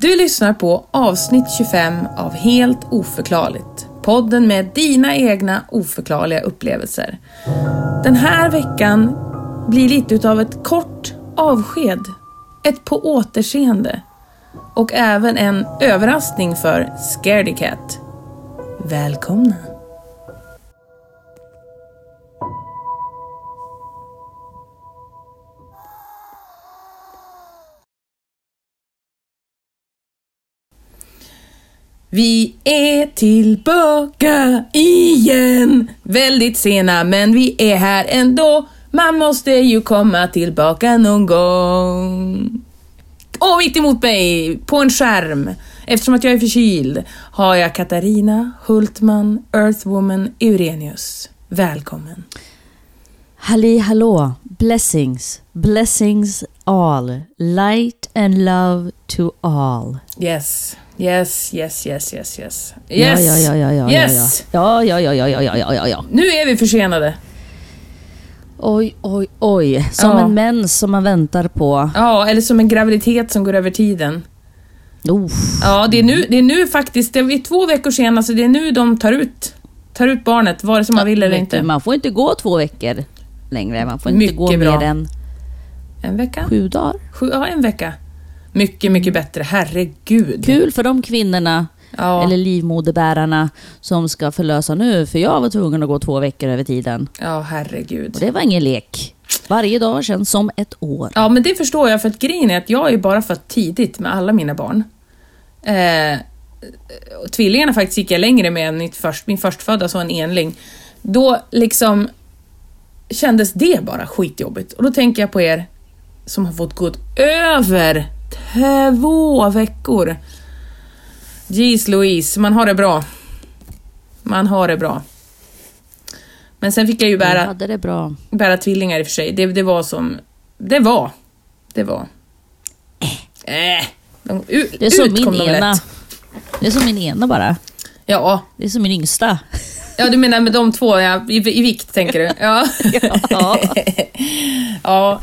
Du lyssnar på avsnitt 25 av Helt oförklarligt. Podden med dina egna oförklarliga upplevelser. Den här veckan blir lite utav ett kort avsked, ett på återseende och även en överraskning för Scaredy Cat. Välkomna! Vi är tillbaka igen! Väldigt sena, men vi är här ändå. Man måste ju komma tillbaka någon gång. Och mitt emot mig, på en skärm, eftersom att jag är förkyld, har jag Katarina Hultman, Earthwoman Eurenius. Välkommen. Halli hallå, blessings, blessings all, light and love to all. Yes, yes, yes, yes, yes, yes. Ja, Yes! Ja, ja, ja, ja, yes! ja, ja, ja, ja, ja, ja, ja, ja, ja. Nu är vi försenade. Oj, oj, oj. Som Ja. en mens som man väntar på. Ja, eller som en graviditet som går över tiden. Uff. Ja, det är nu, det är nu faktiskt. Det är två veckor sen, alltså det är nu de tar ut, tar ut barnet, vare sig man vill eller Vet inte. du, Man får inte gå två veckor längre. Man får Mycket inte gå bra. mer än En vecka? sju dagar. Sju, ja, en vecka. Mycket, mycket bättre. Herregud. Kul för de kvinnorna, Ja, eller livmoderbärarna, som ska förlösa nu. För jag var tvungen att gå två veckor över tiden. ja, herregud. Och det var ingen lek. Varje dag känns som ett år. Ja, men det förstår jag, för att grejen är att jag är bara fött tidigt med alla mina barn. Eh, och tvillingarna faktiskt gick jag längre med än mitt först, min förstfödda, så en enling. Då liksom kändes det bara skitjobbigt. Och då tänker jag på er som har fått gå över två veckor. Jeez Louise, man har det bra. Man har det bra. Men sen fick jag ju Jag bära hade det bra. bära tvillingar i och för sig. Det, det var som... Det var. Det var. Äh. De, u, Det är som ut kom min de ena. lätt. Det är som min ena bara. Ja. Det är som min yngsta. ja, du menar med de två ja, i, i vikt tänker du? Ja. Ja. ja.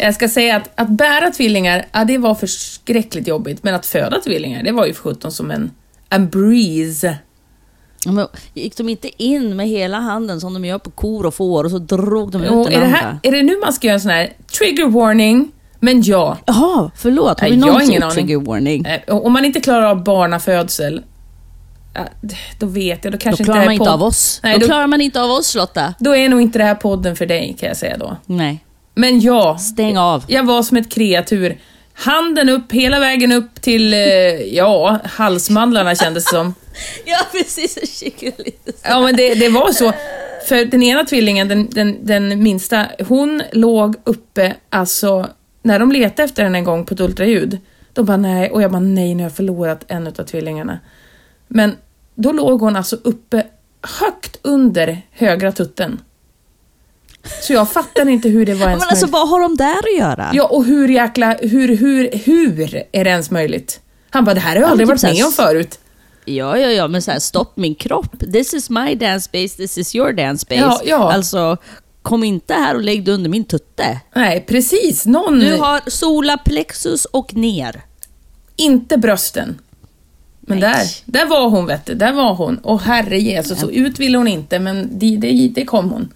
Jag ska säga att, att bära tvillingar, ja, det var förskräckligt jobbigt. Men att föda tvillingar, det var ju för sjutton som en, en breeze. Ja, Men gick de inte in med hela handen som de gör på kor och får och så drog de ut Och den är, det andra? här, är det nu man ska göra en sån här trigger warning? Men ja, Jaha, förlåt. Har Nej, vi jag har någonsin ingen gjort aning. trigger warning? Nej, Eh, och Om man inte klarar av barnafödsel, ja, då vet jag, då Då kanske klarar inte, man det här inte podd- av oss. Nej, då, då, klarar man inte av oss Lotta. då är nog inte det här podden för dig kan jag säga då. Nej, Men ja, stäng av. jag var som ett kreatur. Handen upp, hela vägen upp till, eh, ja, halsmandlarna kändes det som. Ja, precis. Jag kikade lite så. Ja men det, det var så. För den ena tvillingen, den, den, den minsta, hon låg uppe, alltså när de letade efter henne en gång på ett ultraljud, de bara nej, och jag bara nej nu har jag förlorat en av tvillingarna. Men då låg hon alltså uppe högt under högra tutten. Så jag fattar inte hur det var Men ens alltså möjligt. vad har de där att göra? Ja och hur jäkla, hur, hur, hur är det ens möjligt? Han bara det här har jag men aldrig typ varit så här med om s- förut. Ja, ja, ja, men så här, stopp min kropp. This is my dance space, this is your dance space. Ja, ja. Alltså, kom inte här och lägg dig under min tutte. Nej precis, någon... Du har solarplexus och ner. Inte brösten. Men Nej. där, där var hon vet du, där var hon. Och herre Jesus, så ut ville hon inte men det, det, det kom hon.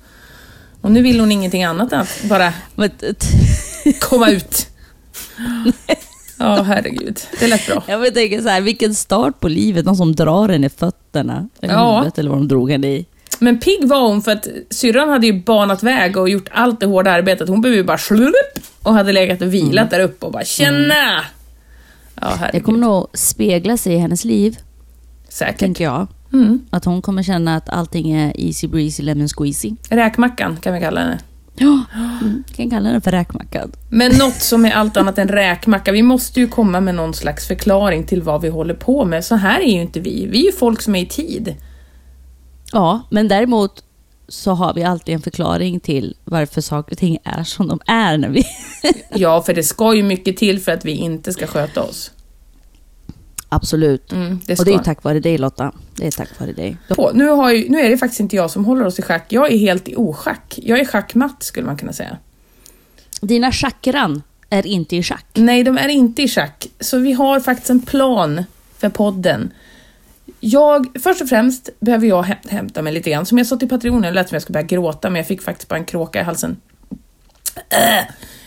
Och nu vill hon ingenting annat än att bara Men, t- t- komma ut. Ja, herregud. Det lät bra. jag bara tänker så här, vilken start på livet. Någon som drar en i fötterna. Eller Ja. huvudet eller vad de drog en i. Men pigg var hon för att syrran hade ju banat väg och gjort allt det hårda arbetet. Hon behövde ju bara slurp och hade legat och vilat där uppe och bara känna. Ja, Det herregud. kommer nog spegla sig i hennes liv, Säkert. tänker jag. Mm. Att hon kommer känna att allting är easy breezy lemon squeezy. Räkmackan kan vi kalla henne. Ja, mm, kan kalla den för räkmackan. Men något som är allt annat än räkmacka. Vi måste ju komma med någon slags förklaring till vad vi håller på med. Så här är ju inte vi. Vi är ju folk som är i tid. Ja, men däremot så har vi alltid en förklaring till varför saker och ting är som de är. När vi... Ja, för det ska ju mycket till för att vi inte ska sköta oss. Absolut. Mm, det ska. Och det är tack vare dig Lotta. Det är tack vare dig. på. Nu, har ju, nu är det faktiskt inte jag som håller oss i schack. Jag är helt i oschack. Jag är schackmatt skulle man kunna säga. Dina chakran är inte i schack. Nej, de är inte i schack. Så vi har faktiskt en plan för podden. Jag, först och främst behöver jag häm- hämta mig lite grann. Som jag sa till Patreonen, lät som jag skulle börja gråta, men jag fick faktiskt bara en kråka i halsen. Äh.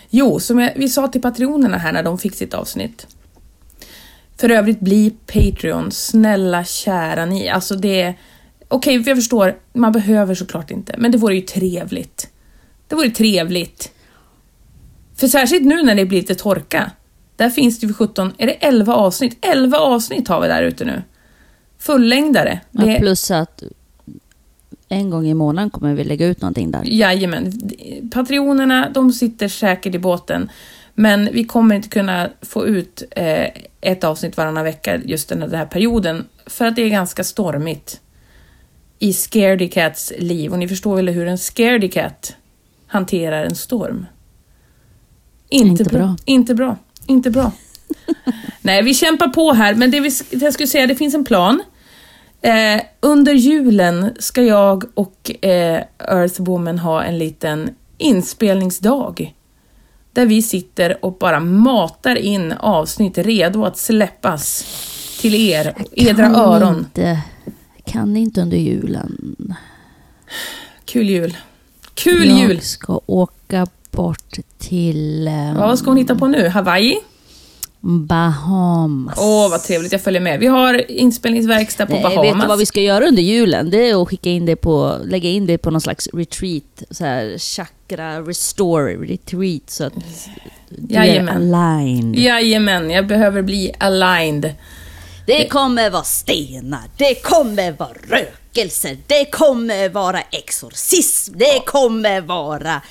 Jo, som jag, vi sa till Patreonerna här när de fick sitt avsnitt. För övrigt, bli Patreon. Snälla, kära ni. Alltså det... är- Okej, jag förstår. Man behöver såklart inte, men det vore ju trevligt. Det vore trevligt. För särskilt nu när det blir lite torka. Där finns det ju för 17, är det 11 avsnitt? 11 avsnitt har vi där ute nu. Fullängdare. Det Ja, plus att en gång i månaden kommer vi lägga ut någonting där. Jajamän. Patrionerna, de sitter säkert i båten. Men vi kommer inte kunna få ut eh, ett avsnitt varannan vecka just den här, den här perioden. För att det är ganska stormigt i Scaredy Cats liv. Och ni förstår väl hur en Scaredy Cat hanterar en storm? Inte bra. Inte bra. Inte bra. Nej, vi kämpar på här. Men det, vi, det jag skulle säga, det finns en plan. Eh, under julen ska jag och eh, Earthwoman ha en liten inspelningsdag. Där vi sitter och bara matar in avsnitt redo att släppas till er, edra Kan öron. Inte, kan inte under julen. Kul jul. Kul jag jul! ska åka bort till eh, Ja, vad ska hon hitta på nu? Hawaii? Bahamas. Åh, vad trevligt. Jag följer med. Vi har inspelningsverkstad på Nej, Bahamas. Vet du vad vi ska göra under julen? Det är att skicka in det på, lägga in det på någon slags retreat. Så här, chakra restore retreat. Så att du är Jajamän. aligned. Jajamän, jag behöver bli aligned. Det kommer vara stenar, det kommer vara rökelser, det kommer vara exorcism, det kommer vara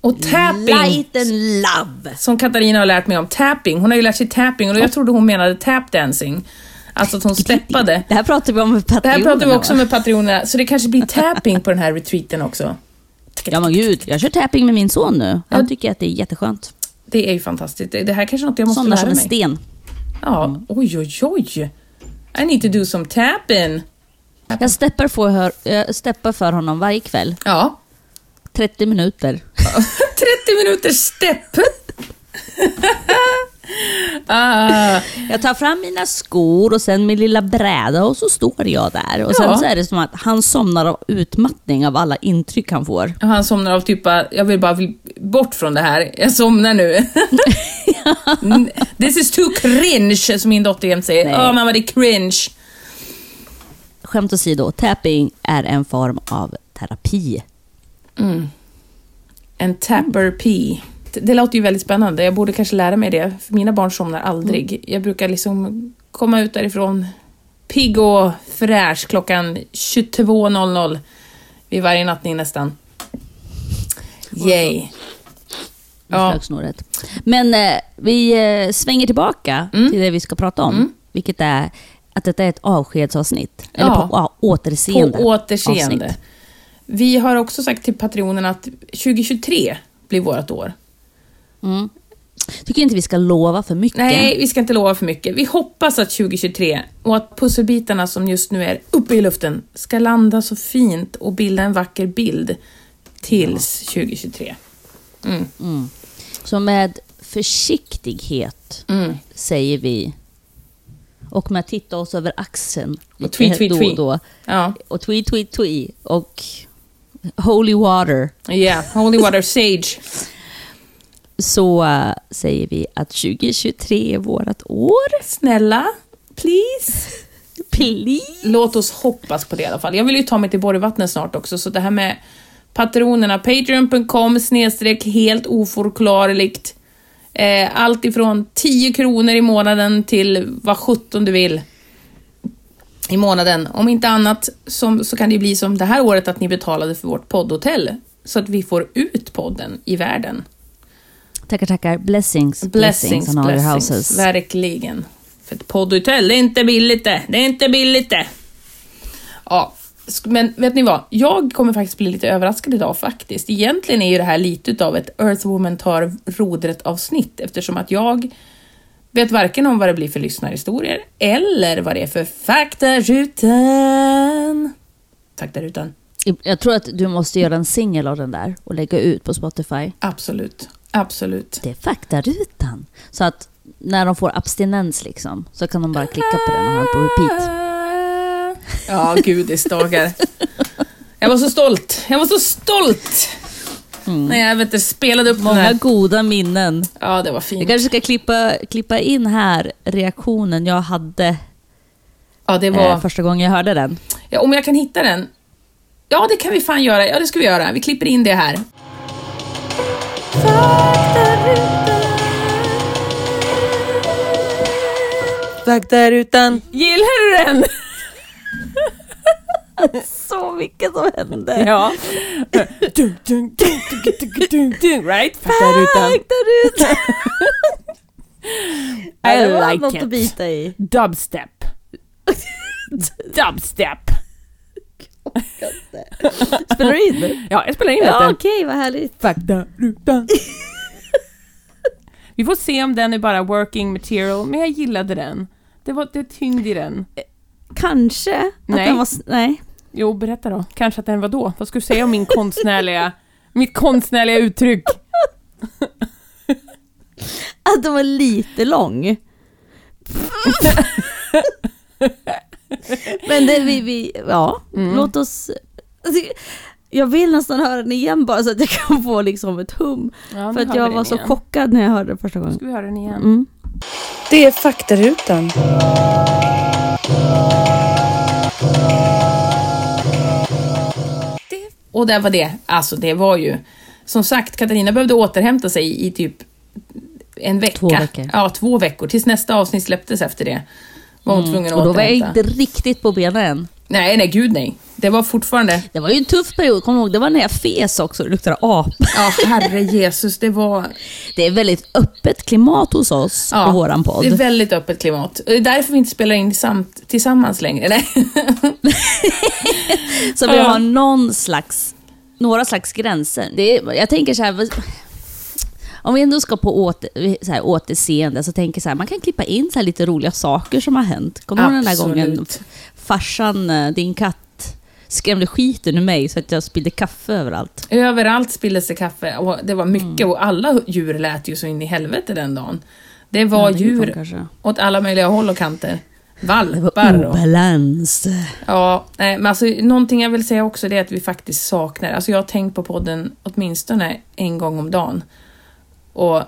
Och tapping, light and love. som Katarina har lärt mig om. Tapping, hon har ju lärt sig tapping och jag trodde hon menade tapdancing. Alltså att hon steppade. Det här pratar vi om med Det här patrionerna. pratar vi också va? med patronerna, så det kanske blir tapping på den här retreaten också. Ja men gud, jag kör tapping med min son nu. Han tycker att det är jätteskönt. Det är ju fantastiskt. Det det här kanske är något jag måste Sådana som lära en mig. sten. Ja, oj, oj, oj. I need to do some tapping. Jag steppar för, hör- jag steppar för honom varje kväll. Ja, 30 minuter. 30 minuters stepp. ah, Jag tar fram mina skor och sen min lilla bräda och så står jag där. Och sen Ja. så är det som att han somnar av utmattning av alla intryck han får. han somnar av typ bara, jag vill bara vill bort från det här. Jag somnar nu. Mm, This is too cringe, som min dotter jämt säger. Nej. Åh mamma, det är cringe. Skämt åsido, tapping är en form av terapi. En tapper P. Det- Det låter ju väldigt spännande. Jag borde kanske lära mig det. För mina barn somnar aldrig. Mm. Jag brukar liksom komma ut därifrån pigg och fräsch klockan 22.00 vid varje nattning nästan. Yay. med Ja. Slagsnåret. Men eh, vi eh, svänger tillbaka Mm. till det vi ska prata om, vilket är att detta är ett avskedsavsnitt. Eller Ja. på, ja, återseende. På återseende. avsnitt. Vi har också sagt till patronerna att 2023 blir vårt år. Mm. Tycker inte vi ska lova för mycket. Nej, vi ska inte lova för mycket. Vi hoppas att 2023 och att pusselbitarna som just nu är uppe i luften ska landa så fint och bilda en vacker bild tills 2023. Mm. Så med försiktighet Mm. säger vi, och med att titta oss över axeln lite tweet, tweet, då och tweet. då. Ja, Och tweet, tweet, tweet. Och holy water. yeah. Holy Water Sage. så eh, säger vi att 2023 är vårt år. Snälla, please. Please! Låt oss hoppas på det i alla fall. Jag vill ju ta mig till Borgvattnet snart också, så det här med patronerna, patreon.com snedstreck helt oförklarligt. Eh, allt ifrån 10 kronor i månaden till vad sjutton du vill i månaden. Om inte annat som, så kan det ju bli som det här året att ni betalade för vårt poddhotell så att vi får ut podden i världen. Tackar, tackar. Blessings, blessings, Blessings, on all your blessings. houses. Verkligen. För ett poddhotell, det är inte billigt det. Det är inte billigt det. Ja, sk- men vet ni vad? Jag kommer faktiskt bli lite överraskad idag faktiskt. Egentligen är ju det här lite utav ett Earthwoman tar rodret avsnitt eftersom att jag vet varken om vad det blir för lyssnarhistorier eller vad det är för faktarutan. Faktarutan. Jag tror att du måste göra en singel av den där och lägga ut på Spotify. Absolut. Absolut. Det är faktarutan. han. Så att när de får abstinens liksom, så kan de bara klicka på den och ha den på repeat. Ja, gudisdagar. Jag var så stolt. Jag var så stolt! När jag vet inte, spelade upp den Mm. Många här. goda minnen. Ja, det var fint. Jag kanske ska klippa, klippa in här reaktionen jag hade Ja, det eh, var... första gången jag hörde den. Ja, om jag kan hitta den. Ja, det kan vi fan göra. Ja, det ska vi göra. Vi klipper in det här. Faktarutan. Gillar du den? Så mycket som hände. Ja. Dun, dun, dun, dun, dun, dun, dun, right? Faktarutan. Faktarutan. I det var något like att it. bita i. Dubstep. Dubstep. Spelar du in det? Ja, jag spelar in Ja, lite. okej, vad härligt. Faktarutan. Vi får se om den är bara working material, men jag gillade den. Det var det tyngd i den. Kanske. att Nej. den var s- nej. Jo, berätta då. Kanske att den var då. Vad skulle du säga om min konstnärliga, mitt konstnärliga uttryck? Att den var lite lång. Men det vi, vi ja, Mm. låt oss... alltså, Jag vill nästan höra den igen bara så att jag kan få liksom ett hum. Ja, nu för hör att vi jag den var så igen. chockad när jag hörde det första gången. Ska vi höra den igen? Mm. Det är faktarutan. Och där var det. Alltså, det var ju... Som sagt, Katarina behövde återhämta sig i typ en vecka. Två veckor. Ja, två veckor. Tills nästa avsnitt släpptes efter det. Var hon tvungen att Mm. Och då var jag återhämta. inte riktigt på benen än. Nej, nej, gud nej. Det var fortfarande... Det var ju en tuff period, kom ihåg, det var när jag fes också, det luktade apa. Ja, herre Jesus, det var... Det är väldigt öppet klimat hos oss på våran Det är podd. väldigt öppet klimat. Det är därför vi inte spelar in samt, tillsammans längre. Nej. Så vi Ja. har någon slags, några slags gränser. Det är, jag tänker så här, vad- om vi ändå ska på åter, så här, återseende så tänker jag så här, man kan klippa in så här lite roliga saker som har hänt. Kommer du ihåg den där Absolut. gången f- farsan, eh, din katt, skrämde skiten ur mig så att jag spillde kaffe överallt. Överallt spilldes det kaffe och det var mycket Mm. och alla djur lät ju så in i helvete den dagen. Det var det är de djur liksom kanske. åt alla möjliga håll och kanter. Det var Valpar och... obalans. Ja, nej, men alltså, någonting jag vill säga också det är att vi faktiskt saknar... Alltså jag har tänkt på podden åtminstone en gång om dagen. Och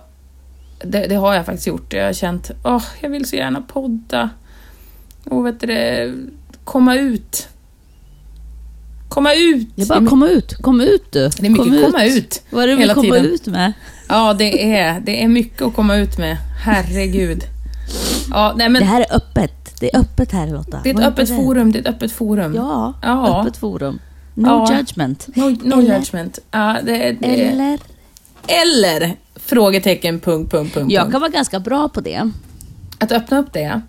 det, det har jag faktiskt gjort. Jag har känt åh, jag vill så gärna podda. Och vet du det, komma ut. Komma ut! Det är bara kom ut, kom ut du. Det är mycket kom komma ut. Vad är det hela vi komma tiden. ut med? Ja, det är, det är mycket att komma ut med. Herregud. Ja, nej, men det här är öppet. Det är öppet här Lotta. det är Var ett inte öppet rädd. forum. Det är ett öppet forum. Ja, Ja. öppet forum. No Ja. judgment. No, no Eller- judgment. Ja, det, det, Eller? Eller? Frågetecken, punkt, punkt, punkt. Jag punkt. kan vara ganska bra på det. Att öppna upp det, ja.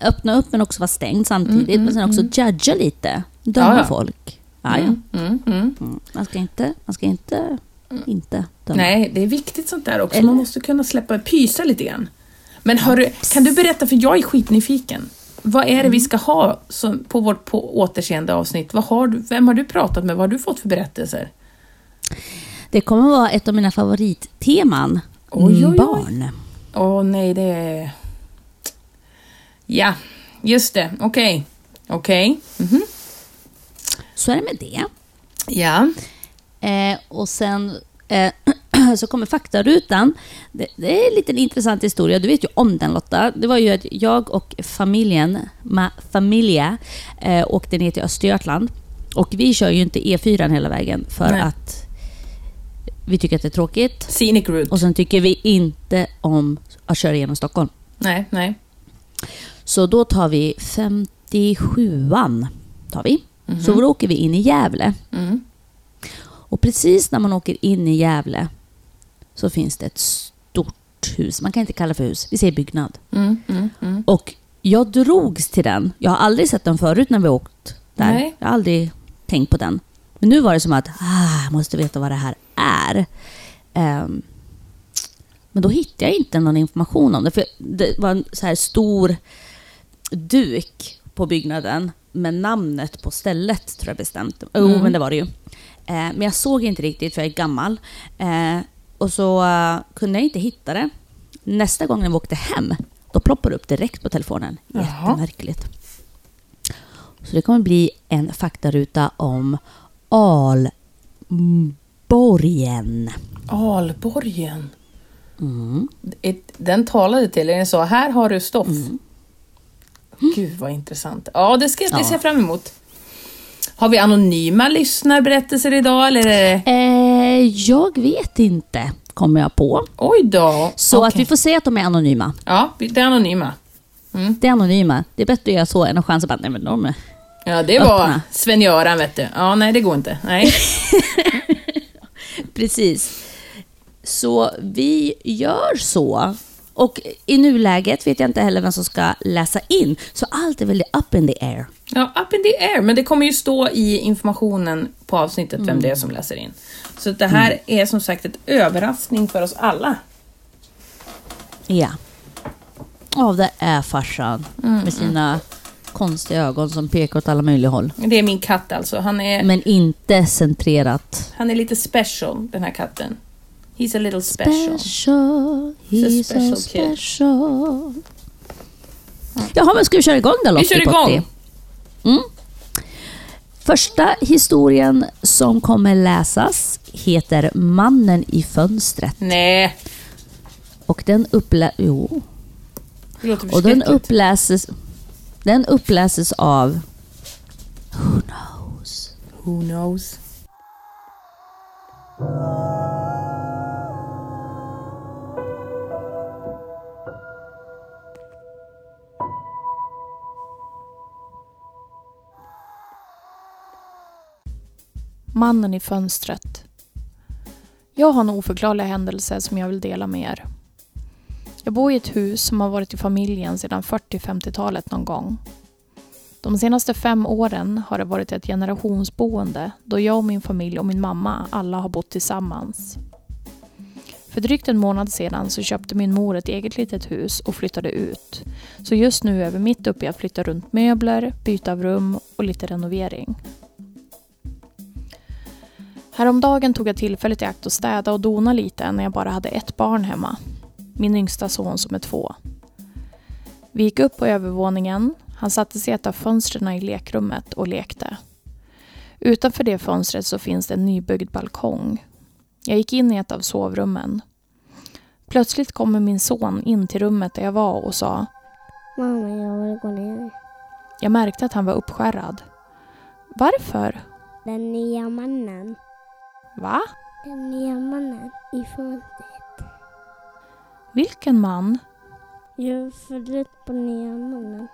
Öppna upp men också vara stängd samtidigt. men sen också judga lite. Döma Mm, Ja, ja. folk. Ja, ja. Mm, mm. Man ska inte, man ska inte, inte döma. Nej, det är viktigt sånt där också. Eller- Man måste kunna släppa, pysa lite grann. Men hörru, kan du berätta, för jag är skitnyfiken. Vad är det Mm. vi ska ha som, på vårt på återseende avsnitt? Vad har du, vem har du pratat med? Vad har du fått för berättelser? Det kommer vara ett av mina favoritteman. Oj, oj, oj. Barn. Åh nej, det är... Ja, just det. Okej. Okej. Mhm. Så är det med det. Ja. Eh, och sen eh, så kommer faktarutan. Det, det är en liten intressant historia. Du vet ju om den Lotta. Det var ju att jag och familjen, ma familja, eh, åkte ner till Östergötland. Och vi kör ju inte E4 hela vägen för Nej. att vi tycker att det är tråkigt. Scenic route. Och sen tycker vi inte om att köra genom Stockholm. Nej, nej. Så då tar vi 57an. Tar vi. Så då åker vi in i Gävle. Mm. Och precis när man åker in i Gävle så finns det ett stort hus. Man kan inte kalla det för hus, vi säger byggnad. Mm, mm, mm. Och jag drogs till den. Jag har aldrig sett den förut när vi åkt där. Nej. Jag har aldrig tänkt på den. Men nu var det som att, ah, jag måste veta vad det här är. Ehm, men då hittade jag inte någon information om det. För det var en så här stor duk på byggnaden med namnet på stället, tror jag bestämt. Jo, men det var det ju. Eh, men jag såg inte riktigt, för jag är gammal. Eh, och så eh, kunde jag inte hitta det. Nästa gång när vi åkte hem, då ploppar det upp direkt på telefonen. Jaha. Jättemärkligt. Så det kommer bli en faktaruta om Alborgen. Alborgen. Mm. Ett- Den talade till er, den sa här har du stoff. Mm. Gud vad intressant. Ja, det ska det ser Ja. jag fram emot. Har vi anonyma lyssnarberättelser idag eller? är det- Eh, jag vet inte, kommer jag på. Oj då! Så Okej. att vi får se att de är anonyma. Ja, vi- det är anonyma. Det är anonyma. Det är bättre att göra så än att chansa på att nej, men de är... Ja, det var Öppna. Sven-Göran vet du. Ja, nej det går inte. Nej. Precis. Så vi gör så. Och i nuläget vet jag inte heller vem som ska läsa in. Så allt är väldigt up in the air. Ja, up in the air. Men det kommer ju stå i informationen på avsnittet vem det är som läser in. Så det här är som sagt ett överraskning för oss alla. Ja. Ja, det är farsan med sina konstiga ögon som pekar åt alla möjliga håll. Det är min katt alltså. Han är, Men inte centrerat. han är lite special, den här katten. He's a little special. Special, he's He's a so special kid. special. Jaha, men ska vi köra igång då Lottie? Vi kör Potti? igång. Mm. Första historien som kommer läsas heter Mannen i fönstret. Nej, Och den, upplä- jo. det låter Och den, förskräckligt. uppläses, den uppläses av... Who knows? Who knows? Mannen i fönstret. Jag har en oförklarlig händelse som jag vill dela med er. Jag bor i ett hus som har varit i familjen sedan 40-50-talet någon gång. De senaste fem åren har det varit ett generationsboende då jag och min familj och min mamma alla har bott tillsammans. För drygt en månad sedan så köpte min mor ett eget litet hus och flyttade ut. Så just nu är vi mitt uppe i att flytta runt möbler, byta av rum och lite renovering. Häromdagen tog jag tillfället i akt att städa och dona lite när jag bara hade ett barn hemma. Min yngsta son som är två. Vi gick upp på övervåningen. Han satte sig i ett av fönstren i lekrummet och lekte. Utanför det fönstret så finns det en nybyggd balkong. Jag gick in i ett av sovrummen. Plötsligt kommer min son in till rummet där jag var och sa Mamma, jag vill gå ner. jag märkte att han var uppskärrad. Varför? Den nya mannen. Va? Den nya mannen i fönstret. Vilken man? Jag är förlåt på nya mannen.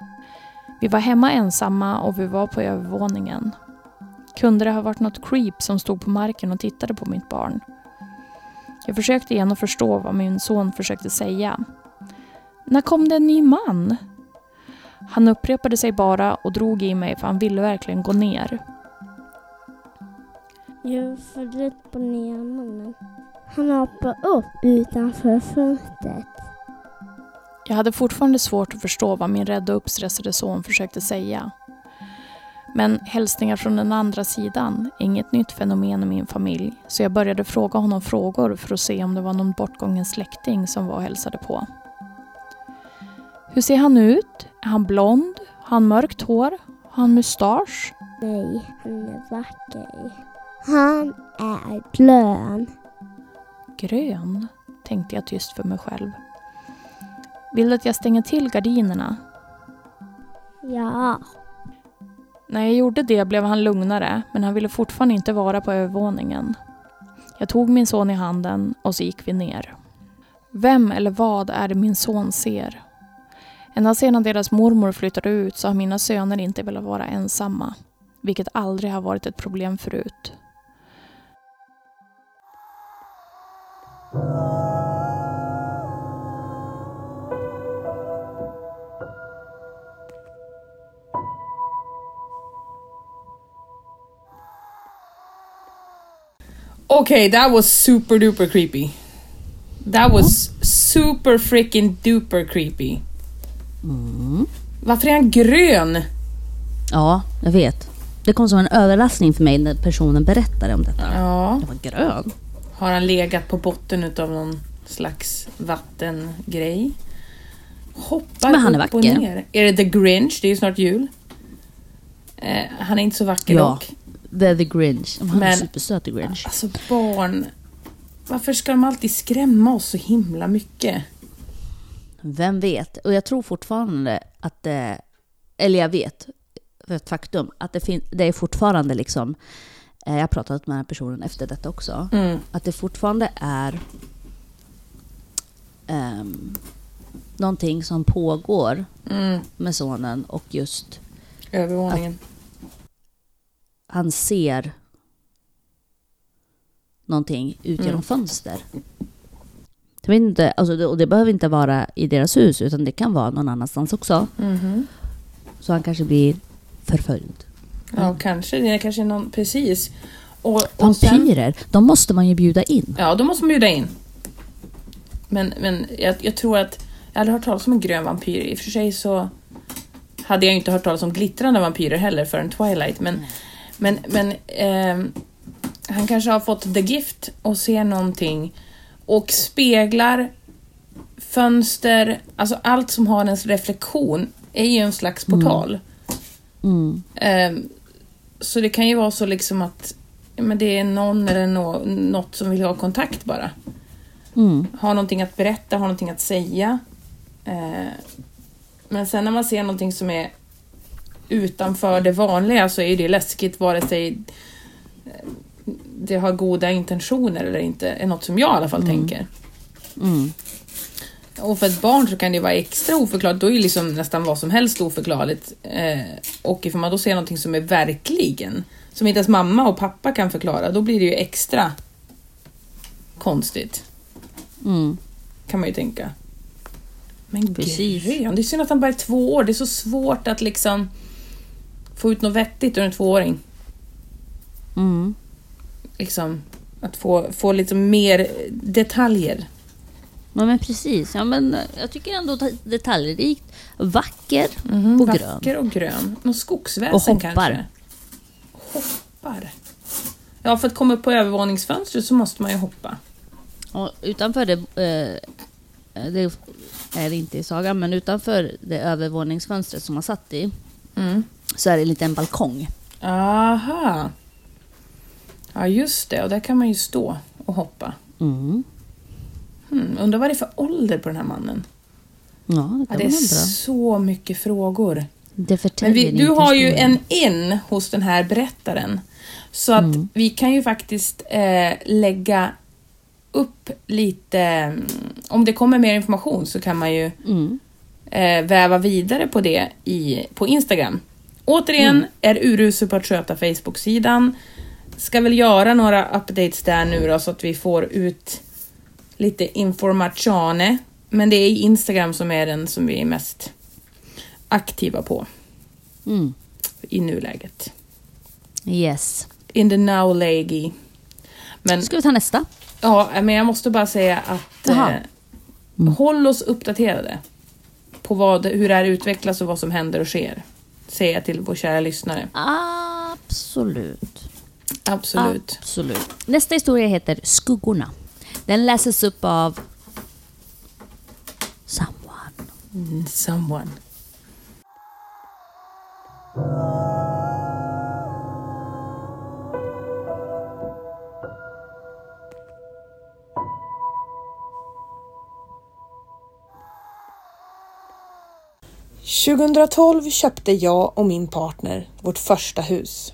Vi var hemma ensamma och vi var på övervåningen. Kunde det ha varit något creep som stod på marken och tittade på mitt barn? Jag försökte igen att förstå vad min son försökte säga. När kom det en ny man? Han upprepade sig bara och drog i mig för han ville verkligen gå ner. Jag är förlåt på nya mannen. Han hoppar upp utanför fönstret. Jag hade fortfarande svårt att förstå vad min rädda och uppstressade son försökte säga. Men hälsningar från den andra sidan är inget nytt fenomen i min familj så jag började fråga honom frågor för att se om det var någon bortgången släkting som var och hälsade på. Hur ser han ut? Är han blond? Har han mörkt hår? Har han mustasch? Nej, han är vacker. Han är grön. Grön? tänkte jag tyst för mig själv. Vill du att jag stänger till gardinerna? Ja. När jag gjorde det blev han lugnare, men han ville fortfarande inte vara på övervåningen. Jag tog min son i handen och så gick vi ner. Vem eller vad är det min son ser? Ända sedan deras mormor flyttade ut så har mina söner inte velat vara ensamma, vilket aldrig har varit ett problem förut. Okej, that was super duper creepy. That was super freaking duper creepy. Varför är han grön? Ja, jag vet. Det kom som en överraskning för mig när personen berättade om detta. Ja. Jag var grön. Har han legat på botten utav någon slags vattengrej. Hoppar Men han är upp och vacker. ner. Är det The Grinch? Det är ju snart jul. Eh, han är inte så vacker Ja. dock. The, the Grinch. Oh, han är Men- supersöt, The Grinch. Alltså barn. Varför ska de alltid skrämma oss så himla mycket? Vem vet? Och jag tror fortfarande att det... Eller jag vet för ett faktum att det, fin- det är fortfarande liksom... eh, Jag har pratat med den här personen efter detta också. Att det fortfarande är um, någonting som pågår Mm. med sonen och just Övervåningen. han ser någonting ut genom Mm. fönster. Jag vet inte, alltså, det, och det behöver inte vara i deras hus utan det kan vara någon annanstans också. Mhm. Så han kanske blir förföljd. Mm. Ja, kanske. Det är kanske någon... Precis. Och, och sen- Vampyrer, de måste man ju bjuda in. Ja, då måste man bjuda in. Men, men jag, jag tror att... Jag hade hört talas om en grön vampyr. I och för sig så hade jag ju inte hört talas om glittrande vampyrer heller förrän Twilight. Men, men, men ehm, han kanske har fått the gift och ser någonting och speglar, fönster, alltså allt som har ens reflektion är ju en slags portal. Mm. Ehm, så det kan ju vara så liksom att ja, men det är någon eller nå- något som vill ha kontakt bara. Mm. Har någonting att berätta, har någonting att säga. Eh, men sen när man ser någonting som är utanför det vanliga så är ju det läskigt vare sig eh, det har goda intentioner eller inte, är något som jag i alla fall tänker. Mm. Och för ett barn så kan det ju vara extra oförklarligt. Då är ju liksom nästan vad som helst oförklarligt. Eh, och ifall man då ser någonting som är verkligen, som inte ens mamma och pappa kan förklara, då blir det ju extra konstigt. Mm. Kan man ju tänka. Men Precis. grön, det är synd att han bara är två år. Det är så svårt att liksom få ut något vettigt ur en tvååring. Mm. Liksom, att få, få lite mer detaljer. Ja, men precis, ja, men eh, jag tycker ändå det- detaljrikt, Mhm, vacker och Mm, grön. Vacker och grön. Någon skogsväsen Och hoppar. kanske. Hoppar. Ja, för att komma upp på övervåningsfönstret så måste man ju hoppa. Och utanför det, eh, det är det inte i sagan, men utanför det övervåningsfönstret som man satt i Mm. så är det en liten balkong. Aha. Ja, just det. Och där kan man ju stå och hoppa. Mm. Hmm. Undrar vad det är för ålder på den här mannen? Ja, det Ja, kan det är man undra. så mycket frågor. Det Men förtäljer vi, du inte har ju historien. en in hos den här berättaren. Så att vi kan ju faktiskt eh, lägga upp lite... mm, Om det kommer mer information så kan man ju Mm. eh, väva vidare på det i, på Instagram. Återigen är urusel på att sköta Facebook-sidan. Ska väl göra några updates där nu då så att vi får ut lite informatione. Men det är Instagram som är den som vi är mest aktiva på Mm. i nuläget. Yes. In the now lady. Men, Ska vi ta nästa? ja, men jag måste bara säga att eh, Jaha. håll oss uppdaterade på vad, hur det här utvecklas och vad som händer och sker. Säger jag till vår kära lyssnare. Absolut. Absolut. Absolut. Nästa historia heter Skuggorna. Den läses upp av someone. Someone. ...2012 köpte jag och min partner vårt första hus.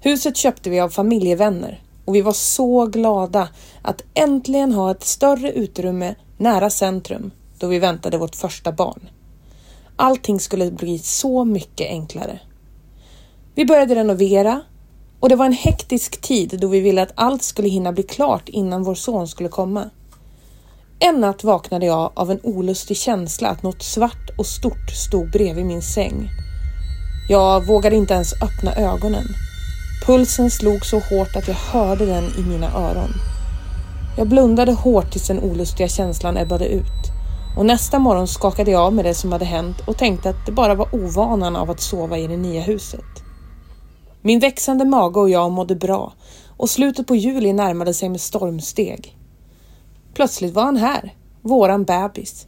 Huset köpte vi av familjevänner och vi var så glada att äntligen ha ett större utrymme nära centrum då vi väntade vårt första barn. Allting skulle bli så mycket enklare. Vi började renovera och det var en hektisk tid då vi ville att allt skulle hinna bli klart innan vår son skulle komma. En natt vaknade jag av en olustig känsla att något svart och stort stod bredvid min säng. Jag vågade inte ens öppna ögonen. Pulsen slog så hårt att jag hörde den i mina öron. Jag blundade hårt tills den olustiga känslan ebbade ut och nästa morgon skakade jag av mig det som hade hänt och tänkte att det bara var ovanan av att sova i det nya huset. Min växande mage och jag mådde bra och slutet på juli närmade sig med stormsteg. Plötsligt var han här, våran bebis.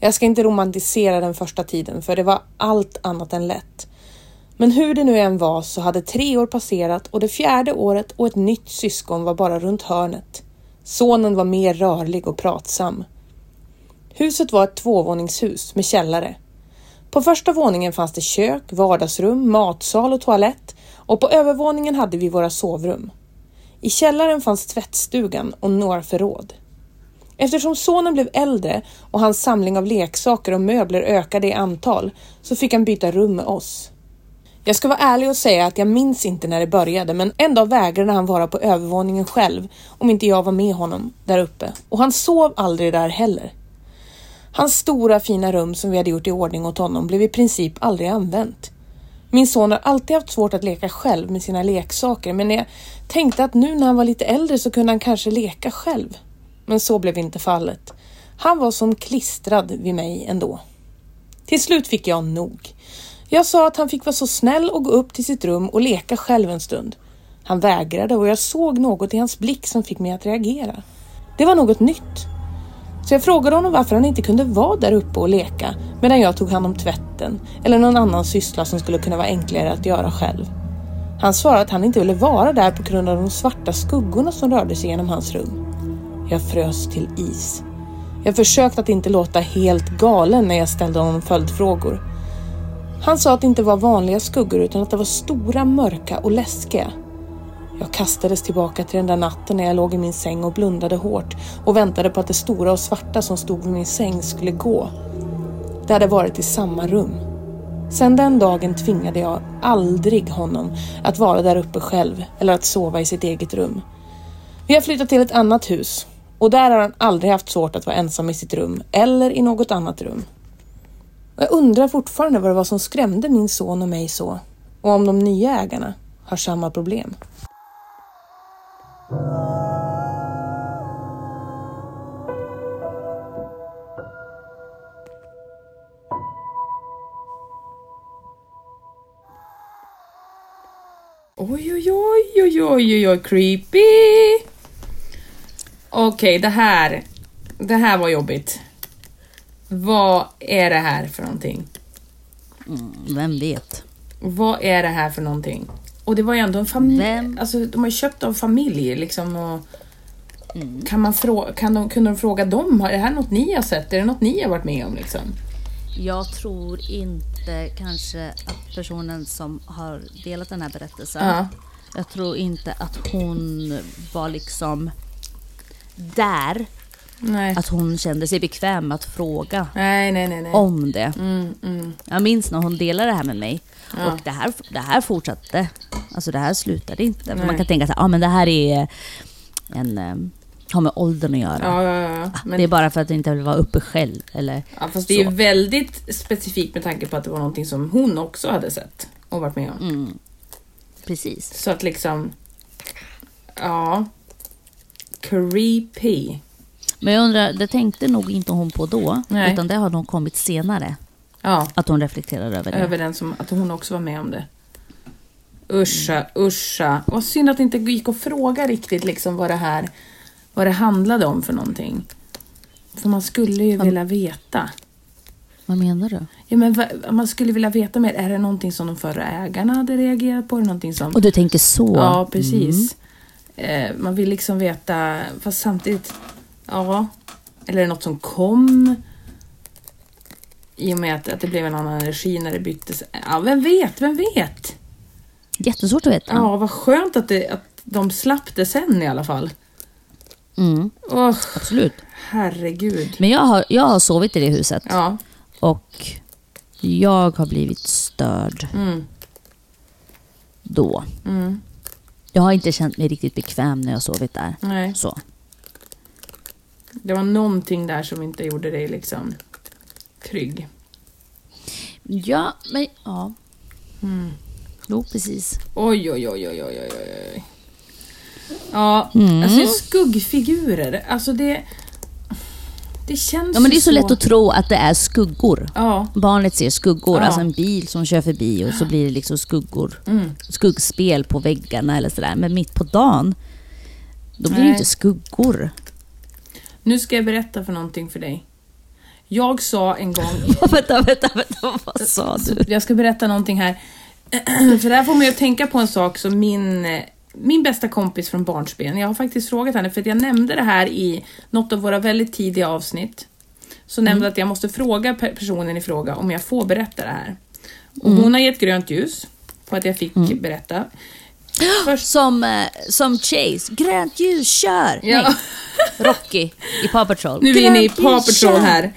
Jag ska inte romantisera den första tiden för det var allt annat än lätt. Men hur det nu än var så hade tre år passerat och det fjärde året och ett nytt syskon var bara runt hörnet. Sonen var mer rörlig och pratsam. Huset var ett tvåvåningshus med källare. På första våningen fanns det kök, vardagsrum, matsal och toalett och på övervåningen hade vi våra sovrum. I källaren fanns tvättstugan och några förråd. Eftersom sonen blev äldre och hans samling av leksaker och möbler ökade i antal så fick han byta rum med oss. Jag ska vara ärlig och säga att jag minns inte när det började men en dag vägrade han vara på övervåningen själv om inte jag var med honom där uppe och han sov aldrig där heller. Hans stora fina rum som vi hade gjort i ordning åt honom blev i princip aldrig använt. Min son har alltid haft svårt att leka själv med sina leksaker men jag tänkte att nu när han var lite äldre så kunde han kanske leka själv. Men så blev inte fallet. Han var som klistrad vid mig ändå. Till slut fick jag nog. Jag sa att han fick vara så snäll och gå upp till sitt rum och leka själv en stund. Han vägrade och jag såg något i hans blick som fick mig att reagera. Det var något nytt. Så jag frågade honom varför han inte kunde vara där uppe och leka medan jag tog hand om tvätten eller någon annan syssla som skulle kunna vara enklare att göra själv. Han svarade att han inte ville vara där på grund av de svarta skuggorna som rörde sig genom hans rum. Jag frös till is. Jag försökte att inte låta helt galen när jag ställde honom följdfrågor. Han sa att det inte var vanliga skuggor utan att det var stora, mörka och läskiga. Jag kastades tillbaka till den där natten när jag låg i min säng och blundade hårt och väntade på att det stora och svarta som stod vid min säng skulle gå. Det hade varit i samma rum. Sedan den dagen tvingade jag aldrig honom att vara där uppe själv eller att sova i sitt eget rum. Vi har flyttat till ett annat hus och där har han aldrig haft svårt att vara ensam i sitt rum eller i något annat rum. Och jag undrar fortfarande vad det var som skrämde min son och mig så och om de nya ägarna har samma problem. Oj, oj, oj, oj, oj, oj, oj creepy! Okej, det här. Det här var jobbigt. Vad är det här för någonting? Mm, vem vet? Vad är det här för någonting? Och det var ju ändå en familj. Vem? Alltså, de har ju köpt av familjer liksom. Och Mm. kan man fråga, kan de, kunde de fråga dem? Är det här något ni har sett? Är det något ni har varit med om? Liksom? Jag tror inte kanske att personen som har delat den här berättelsen, Ja. jag tror inte att hon var liksom där, Nej. att hon kände sig bekväm att fråga Alltså- nej, nej, nej. nej. om det. Mm, mm. Jag minns när hon delade det här med mig och det här, det här fortsatte. Alltså det här slutade inte. För man Nej. kan tänka så här, ah, men det här är en, eh, har med åldern att göra. Ja, ja, ja. Ah, Men, Det är bara för att jag inte vill vara uppe själv. Eller, ja, fast det är så. väldigt specifikt med tanke på att det var någonting som hon också hade sett och varit med om. mm, precis. Så att liksom... Ja. Creepy. Men jag undrar, det tänkte nog inte hon på då. Nej. Utan det har nog kommit senare. Ja, Att hon reflekterar över det. över den som att hon också var med om det. Uscha, uscha. Vad synd att det inte gick att fråga riktigt liksom vad det här vad det handlade om för någonting. För man skulle ju vilja veta. Vad menar du? Ja, men vad- man skulle vilja veta mer. Är det någonting som de förra ägarna hade reagerat på? Är det någonting som... Och du tänker så? Ja, precis. Eh, man vill liksom veta, fast samtidigt, ja. Eller är det något som kom? I och med att, att det blev en annan energi när det byttes. Ja, vem vet, vem vet? Jättesvårt att veta. Ja, vad skönt att, det, att de slapp det sen i alla fall. Mm, Åh, absolut. herregud. Men jag har, jag har sovit i det huset. Ja, Och jag har blivit störd mm, då. mm, Jag har inte känt mig riktigt bekväm när jag har sovit där. nej. Så. Det var någonting där som inte gjorde dig liksom trygg. Ja, men ja. Mm. Jo, precis. Oj, oj, oj, oj, oj, oj, oj, oj. Ja, Mm. alltså skuggfigurer, alltså det... Det känns Ja, men det är ju så lätt att tro att det är skuggor. Ja, Barnet ser skuggor, Ja. alltså en bil som kör förbi och så blir det liksom skuggor. Mm. Skuggspel på väggarna eller sådär. Men mitt på dagen, då blir det Nej. ju inte skuggor. Nu ska jag berätta för någonting för dig. Jag sa en gång... vänta, vänta, vänta, vad sa du? Alltså, Jag ska berätta någonting här. För det här får mig att tänka på en sak som min, eh, min bästa kompis från barnsben, jag har faktiskt frågat henne för att jag nämnde det här i något av våra väldigt tidiga avsnitt. Så nämnde Mm. jag att jag måste fråga pe- personen i fråga om jag får berätta det här. Och Mm. hon har gett grönt ljus på att jag fick berätta. Först, Som, eh, som Chase, grönt ljus, kör! ja, Nej, Rocky i Paw Patrol. nu är vi inne i Grönt Paw ljus, Patrol kör! här.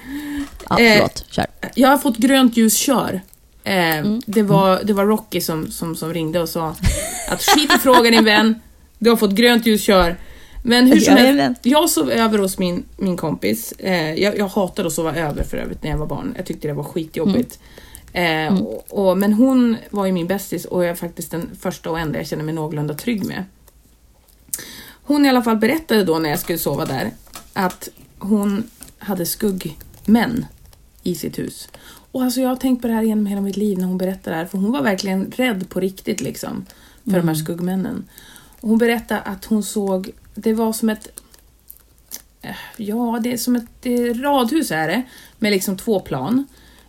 Ja, Eh, förlåt, kör. Jag har fått grönt ljus, kör. Eh, det, var, det var Rocky som, som, som ringde och sa att skit i frågan din vän, du har fått grönt ljus, kör. Men hur som Ja, jajamän. helst, jag sov över hos min, min kompis. Eh, jag, jag hatade att sova över för övrigt när jag var barn. Jag tyckte det var skitjobbigt. Eh, och, och, men hon var ju min bästis och jag är faktiskt den första och enda jag känner mig någorlunda trygg med. Hon i alla fall berättade då när jag skulle sova där att hon hade skuggmän i sitt hus. Och alltså jag har tänkt på det här genom hela mitt liv när hon berättar det här för hon var verkligen rädd på riktigt liksom för Mm. de här skuggmännen. Och hon berättade att hon såg, det var som ett Eh, Ja, det är som ett det är radhus är det, med liksom två plan.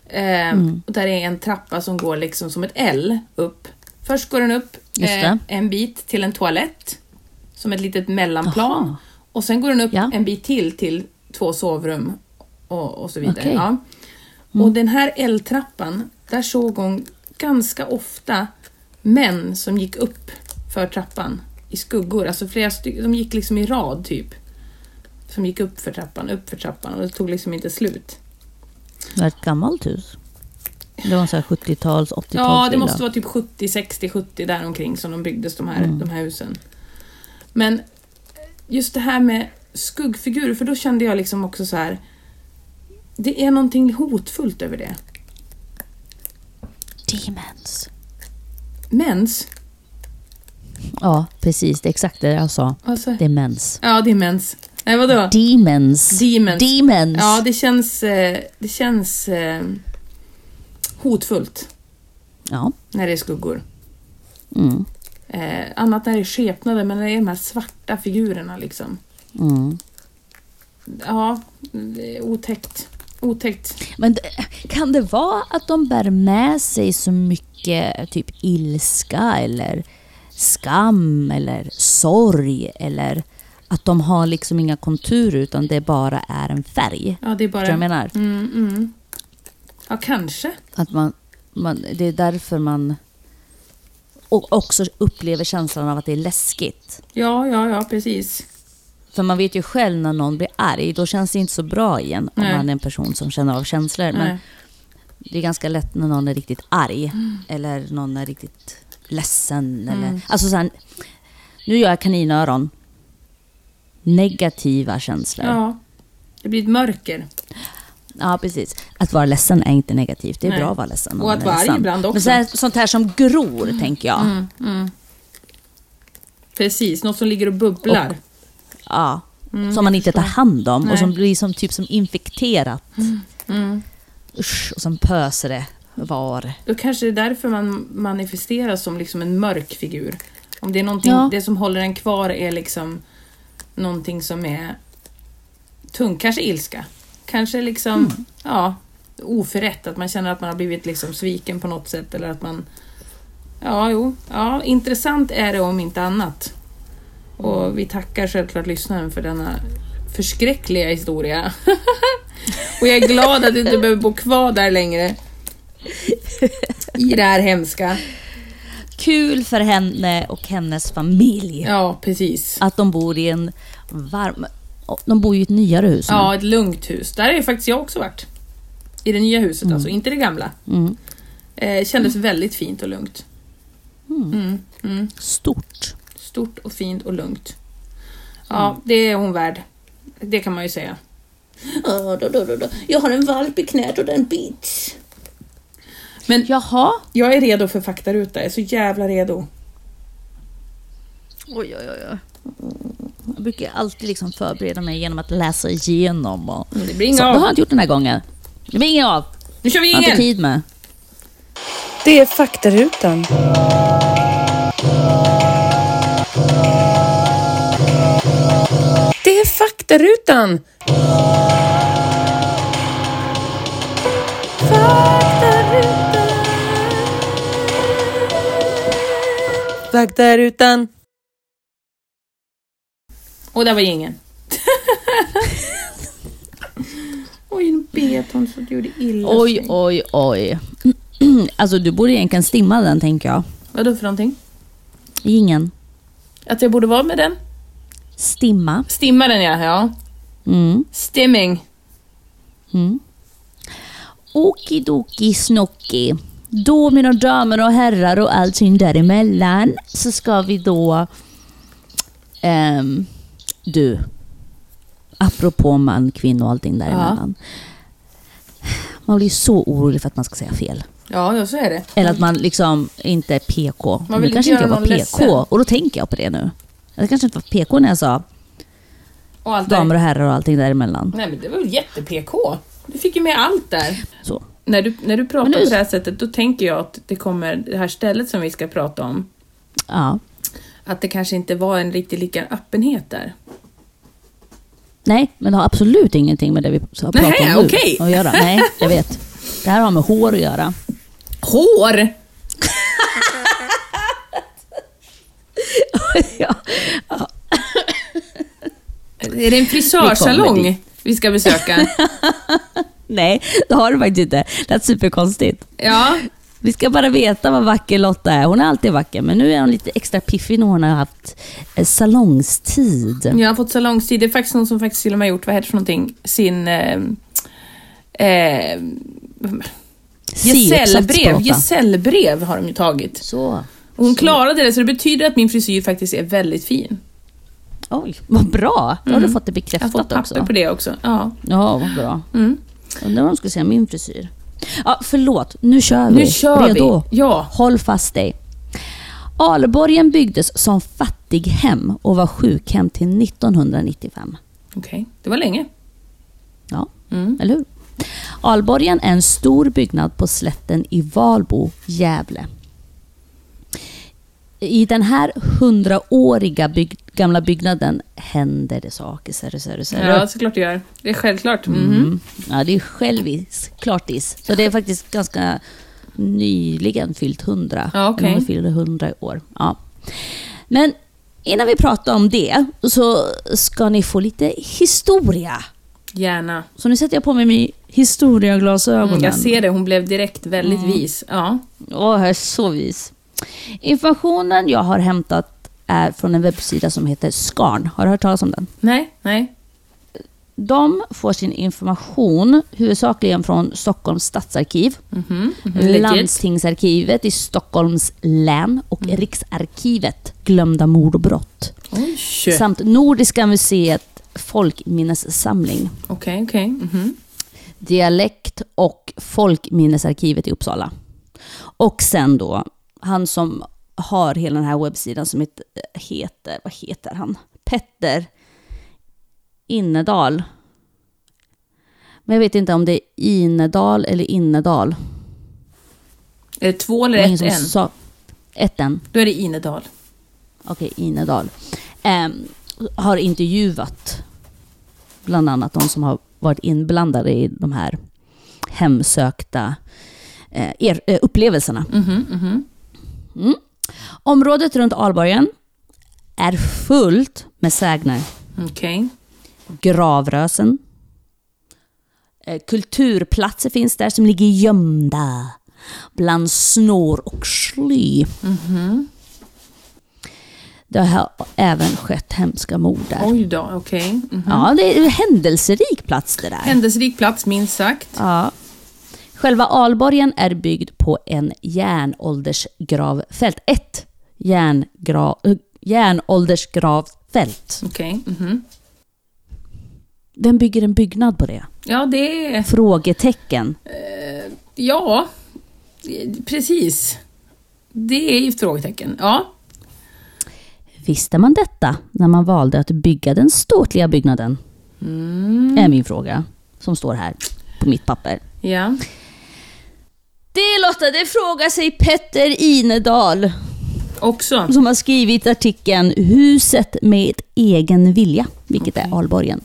Eh, Mm. och där är en trappa som går liksom som ett L upp. Först går den upp eh, Just det. en bit till en toalett, som ett litet mellanplan. Aha. Och sen går den upp Ja. en bit till till två sovrum och, och så vidare. Okej. Mm. Ja. Och den här L-trappan, där såg hon ganska ofta män som gick upp för trappan i skuggor. Alltså flera stycken, de gick liksom i rad typ som gick upp för trappan, upp för trappan och det tog liksom inte slut. Det var ett gammalt hus. Det var en sån här 70-tals, 80-tals Ja, det villa. måste vara typ 70, 60, 70 där omkring som de byggdes de Mm. här, de här husen. Men just det här med skuggfigurer, för då kände jag liksom också så här. Det är någonting hotfullt över det. Demons. Mens. Ja, precis. Det är exakt det jag sa. Alltså, Det är mens. ja, det är mens. Nej, vadå? Demons. Demons. Demons. Ja, det känns, eh, det känns eh, hotfullt ja. när det är skuggor. Mm. Eh, annat när det är skepnader, men när det är de här svarta figurerna liksom. Mm. Ja, det är otäckt. Otäckt. Men d- kan det vara att de bär med sig så mycket typ ilska eller skam eller sorg eller att de har liksom inga konturer utan det bara är en färg? Ja, det är Förstår du vad bara... jag menar? Mm, mm. Ja, kanske. Att man, man, det är därför man och också upplever känslan av att det är läskigt. Ja, ja, ja, precis. För man vet ju själv när någon blir arg, då känns det inte så bra igen om Nej. man är en person som känner av känslor. Men Nej. det är ganska lätt när någon är riktigt arg eller någon är riktigt Mm. ledsen. Eller, alltså så här, nu gör jag kaninöron. Negativa känslor. Ja. Ja. Det blir ett mörker. precis. Att vara ledsen är inte negativt. Det är Nej. bra att vara ledsen. om Och man att är vara arg ledsen. ibland också. Men så här, sånt här som gror, tänker jag. Mm, mm. Precis, något som ligger och bubblar. Ja. som man inte tar hand om Mm, Nej. Mm. och som blir som, typ som infekterat. Usch, och som pöser det var. Då kanske det är därför man manifesteras som liksom en mörk figur. Om det är någonting, Ja. det som håller en kvar är liksom någonting som är tung, kanske ilska. Kanske liksom, ja, oförrätt, att man känner att man har blivit liksom sviken på något sätt eller att man... Ja, jo, ja, intressant är det om inte annat. Och vi tackar självklart lyssnaren för denna förskräckliga historia. Och jag är glad att du inte behöver bo kvar där längre i det här hemska. Kul för henne och hennes familj Ja, precis. att de bor i en varm... De bor ju i ett nyare hus nu. Ja, ett lugnt hus. Där har ju faktiskt jag också varit. I det nya huset alltså, inte det gamla. Mm. Eh, kändes väldigt fint och lugnt. Mm, mm. Stort. Stort och fint och lugnt. Ja, det är hon värd. Det kan man ju säga. Ja, då, då, då, då. Jag har en valp i knät och den bits. Men Jaha. jag är redo för faktaruta. Jag är så jävla redo. Oj, oj, oj. oj. Jag brukar alltid liksom förbereda mig genom att läsa igenom. Och... Det blir Så, inga det har jag av. inte gjort den här gången. Det blir inget av. Nu kör vi Jag har inte ingen! tid med. Det är faktarutan. Det är faktarutan! Faktarutan! Och där var ingen. Oj, nu bet hon så det gjorde illa Oj, sig. oj, oj. Alltså du borde egentligen stimma den tänker jag. Vadå för någonting? Ingen. Att jag borde vara med den? Stimma. Stimma den ja, ja. Mm. Stimming. Mm. Okidoki snocki. Då mina damer och herrar och allting däremellan så ska vi då... Ehm, du. Apropå man, kvinna och allting däremellan. Man blir ju så orolig för att man ska säga fel. Ja, ja, så är det. Eller att man liksom inte är PK. Man nu vill inte kanske inte göra jag var någon PK. ledsen. Och då tänker jag på det nu. Jag kanske inte var PK när jag sa Och allt där. damer och herrar och allting däremellan. Nej men det var ju jätte-PK. Du fick ju med allt där. Så. När du, när du pratar Men nu- på det här sättet då tänker jag att det kommer, det här stället som vi ska prata om, Ja. att det kanske inte var en riktigt lika öppenhet där. Nej, men det har absolut ingenting med det vi har pratat Nej, om nu okej. att göra. Nej, jag vet. Det här har med hår att göra. Hår! ja. Är det en Vi kommer frisörsalong vi ska besöka? Nej, det har du faktiskt inte. Det är superkonstigt. Ja, Vi ska bara veta vad vacker Lotta är. Hon är alltid vacker, men nu är hon lite extra piffig när hon har haft eh, salongstid. jag har fått salongstid. Det är faktiskt någon som faktiskt till och med gjort, vad heter det för någonting, sin... Eh, eh, gesällbrev. Siuppsatsplåta. Gesällbrev har de ju tagit. Så. Och hon klarade det, så det betyder att min frisyr faktiskt är väldigt fin. Oj, vad bra. Då har du fått det Mm. Jag har bekräftat fått papper också. på det också. Ja. Ja, vad bra. Mm. Undrar om de skulle säga min frisyr. Ja, förlåt, nu kör vi. Nu kör Redo? vi! Ja. Håll fast dig. Alborgen byggdes som fattighem och var sjukhem till 1995. Okej, det var länge. Ja, Mm. eller hur? Alborgen är en stor byggnad på slätten i Valbo, Gävle. I den här hundraåriga byg- gamla byggnaden händer det saker. Ser du, ser du, ser du. Ja, såklart det gör. Det är självklart. Mm. Mhm. Ja, det är självis, klartis. Så det är faktiskt ganska nyligen fyllt 100. Ja, okej. Eller hon fyller 100 i år. Ja. Men innan vi pratar om det så ska ni få lite historia. Gärna. Så nu sätter jag på mig min historiaglasögonen. Mm, Jag ser det, hon blev direkt väldigt Mm. vis. Ja. Åh, jag är så vis. Informationen jag har hämtat är från en webbsida som heter Skarn. Har du hört talas om den? Nej, nej. De får sin information huvudsakligen från Stockholms stadsarkiv, Mhm. Mhm. Legit. Landstingsarkivet i Stockholms län och Mm. Riksarkivet Glömda mord och brott. Oj. Okej, Samt Nordiska museet Folkminnessamling, okej. Mhm. Dialekt och Folkminnesarkivet i Uppsala. Och sen då, han som har hela den här webbsidan som het- heter, vad heter han? Petter Innedal. Men jag vet inte om det är Inedal eller Innedal. Är det två eller Det var ingen ett som än? sa- Ett än. Då är det Inedal. okej, Inedal, ehm, har intervjuat bland annat de som har varit inblandade i de här hemsökta eh, er, eh, upplevelserna. Mhm, mhm. Mm. Området runt Alborgen är fullt med sägner, Okej. gravrösen, eh, kulturplatser finns där som ligger gömda bland snår och sly. Det har även skett hemska mord där. Oj då, okej. Mhm. Ja, det är en händelserik plats det där. Händelserik plats, minst sagt. Ja. Själva Alborgen är byggd på en järnåldersgravfält. Ett järngra, äh, järnåldersgravfält. Okej. mhm. Vem bygger en byggnad på det? Ja, det är... Frågetecken. Ja, eh, precis. Det är ju ett frågetecken. Ja. Visste man detta när man valde att bygga den ståtliga byggnaden? Är min fråga, som står här på mitt papper. Ja. Det Lotta, det frågar sig Petter Inedal. Också. Som har skrivit artikeln “Huset med egen vilja”, vilket är Alborgen.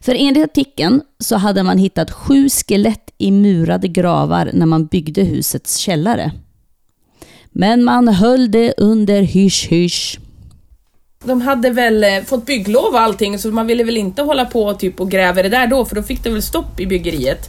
För enligt artikeln så hade man hittat sju skelett i murade gravar när man byggde husets källare. Men man höll det under hysch-hysch. De hade väl eh, fått bygglov och allting så man ville väl inte hålla på och typ och gräva det där då för då fick det väl stopp i byggeriet.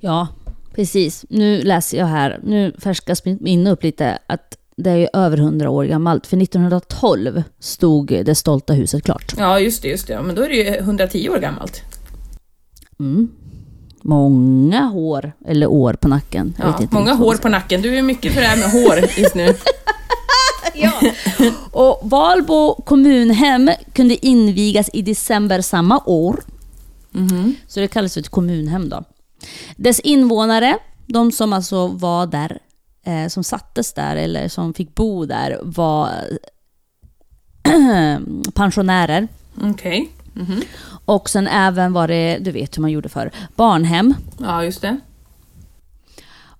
Ja, precis. Nu läser jag här, nu färskas mitt minne upp lite, att det är ju över 100 år gammalt. För 1912 stod det stolta huset klart. Ja just det, just det. Ja, Men då är det ju 110 år gammalt. Mm. Många hår, eller år på nacken. Jag vet Ja, inte många riktigt vad hår man på nacken. Du är mycket för det här med hår just nu. ska- Och Valbo kommunhem kunde invigas i december samma år. Mhm. Så det kallas för ett kommunhem då. Dess invånare, de som alltså var där, eh, som sattes där eller som fick bo där, var pensionärer. Okej. Och sen även var det, du vet hur man gjorde för barnhem. Ja just det.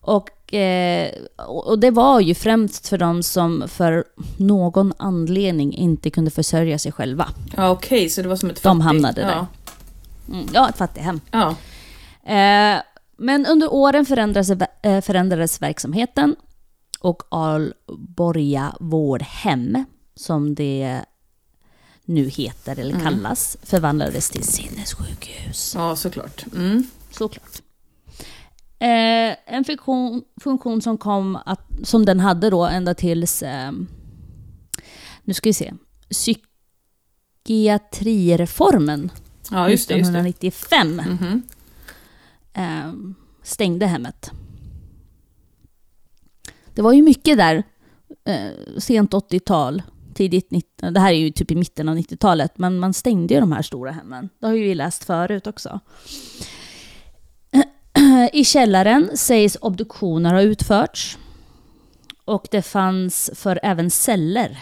Och, eh, och det var ju främst för de som för någon anledning inte kunde försörja sig själva. Ja okej, så det var som ett De fattigt- hamnade där. Ja. Mm, ja, ett fattighem. ja. Eh, men under åren förändrades, eh, förändrades verksamheten och Alborga vårdhem, som det nu heter eller kallas, förvandlades till sinnessjukhus. Ja, såklart. Mm. Såklart. Eh, en funktion, funktion som, kom att, som den hade då ända tills... Eh, nu ska vi se. Psykiatrireformen Ja, just det. Just det. 1995 Mhm. eh, stängde hemmet. Det var ju mycket där. Eh, sent 80-tal, tidigt 90 Det här är ju typ i mitten av 90-talet, men man stängde ju de här stora hemmen. Det har ju vi läst förut också. I källaren sägs obduktioner ha utförts. Och det fanns för även celler.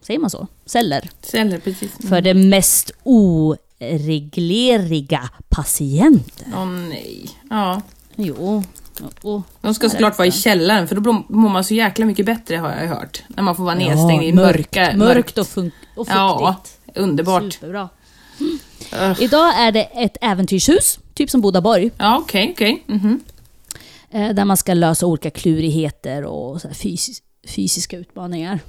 Säger man så? Celler. Celler, precis. För de mest oregleriga patienter. Åh nej. Ja. Jo. Och De ska såklart vara i källaren för då blom- mår man så jäkla mycket bättre har jag ju hört. När man får vara Ja, nedstängd i mörkt, mörka... mörkt och, funk- och Ja, fuktigt. underbart. Superbra. Ugh. Idag är det ett äventyrshus, typ som Bodaborg, Ja, okej, okej. Mhm. eh, där man ska lösa olika klurigheter och så här fys- fysiska utmaningar.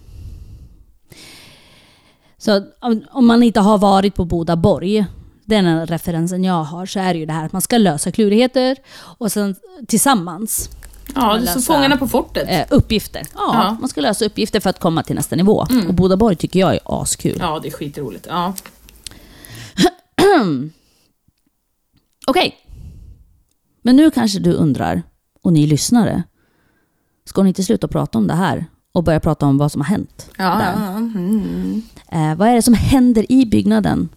Så om, om man inte har varit på Bodaborg, den är referensen jag har, så är det ju det här att man ska lösa klurigheter och sen tillsammans Ja, man det är så läsa? Fångarna på fortet. eh, uppgifter. Ja, Ja. Mm. man ska lösa uppgifter för att komma till nästa nivå. Och Bodaborg tycker jag är askul. Ja, det är skitroligt. Ja. Hmm. Okej. Men nu kanske du undrar, och ni lyssnare, ska ni inte sluta prata om det här och börja prata om vad som har hänt? Ja, där? ja, ja. Mm. Eh, vad är det som händer i byggnaden